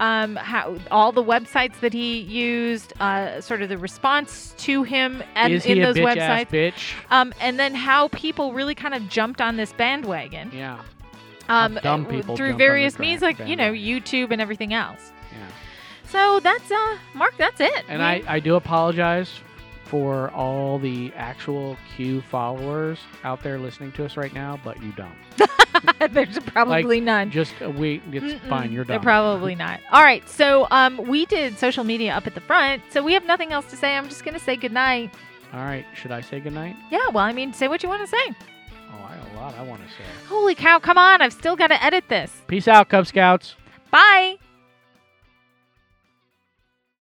Speaker 1: um, how all the websites that he used, uh, sort of the response to him and
Speaker 2: is
Speaker 1: in
Speaker 2: he a
Speaker 1: those
Speaker 2: bitch
Speaker 1: websites.
Speaker 2: ass bitch?
Speaker 1: Um, and then how people really kind of jumped on this bandwagon
Speaker 2: Yeah,
Speaker 1: um,
Speaker 2: dumb
Speaker 1: w-
Speaker 2: people jumped
Speaker 1: through
Speaker 2: on
Speaker 1: various
Speaker 2: the
Speaker 1: means,
Speaker 2: dra-
Speaker 1: like you know,
Speaker 2: bandwagon.
Speaker 1: YouTube and everything else.
Speaker 2: yeah.
Speaker 1: So that's uh, Mark. That's it. <laughs>
Speaker 2: And
Speaker 1: We-
Speaker 2: I I do apologize for all the actual Q followers out there listening to us right now, but you dumb.
Speaker 1: there's probably none.
Speaker 2: Just uh, wait, it's
Speaker 1: Mm-mm,
Speaker 2: fine. You're
Speaker 1: They're
Speaker 2: dumb. <laughs>
Speaker 1: probably not. All right. So um, we did social media up at the front, so we have nothing else to say. I'm just gonna say goodnight.
Speaker 2: all right, should I say goodnight?
Speaker 1: Yeah. Well, I mean, say what you want to say.
Speaker 2: Oh, I
Speaker 1: <laughs>
Speaker 2: have a lot I want to say.
Speaker 1: Holy cow! Come on, I've still got to edit this.
Speaker 2: Peace out, Cub Scouts.
Speaker 1: Bye.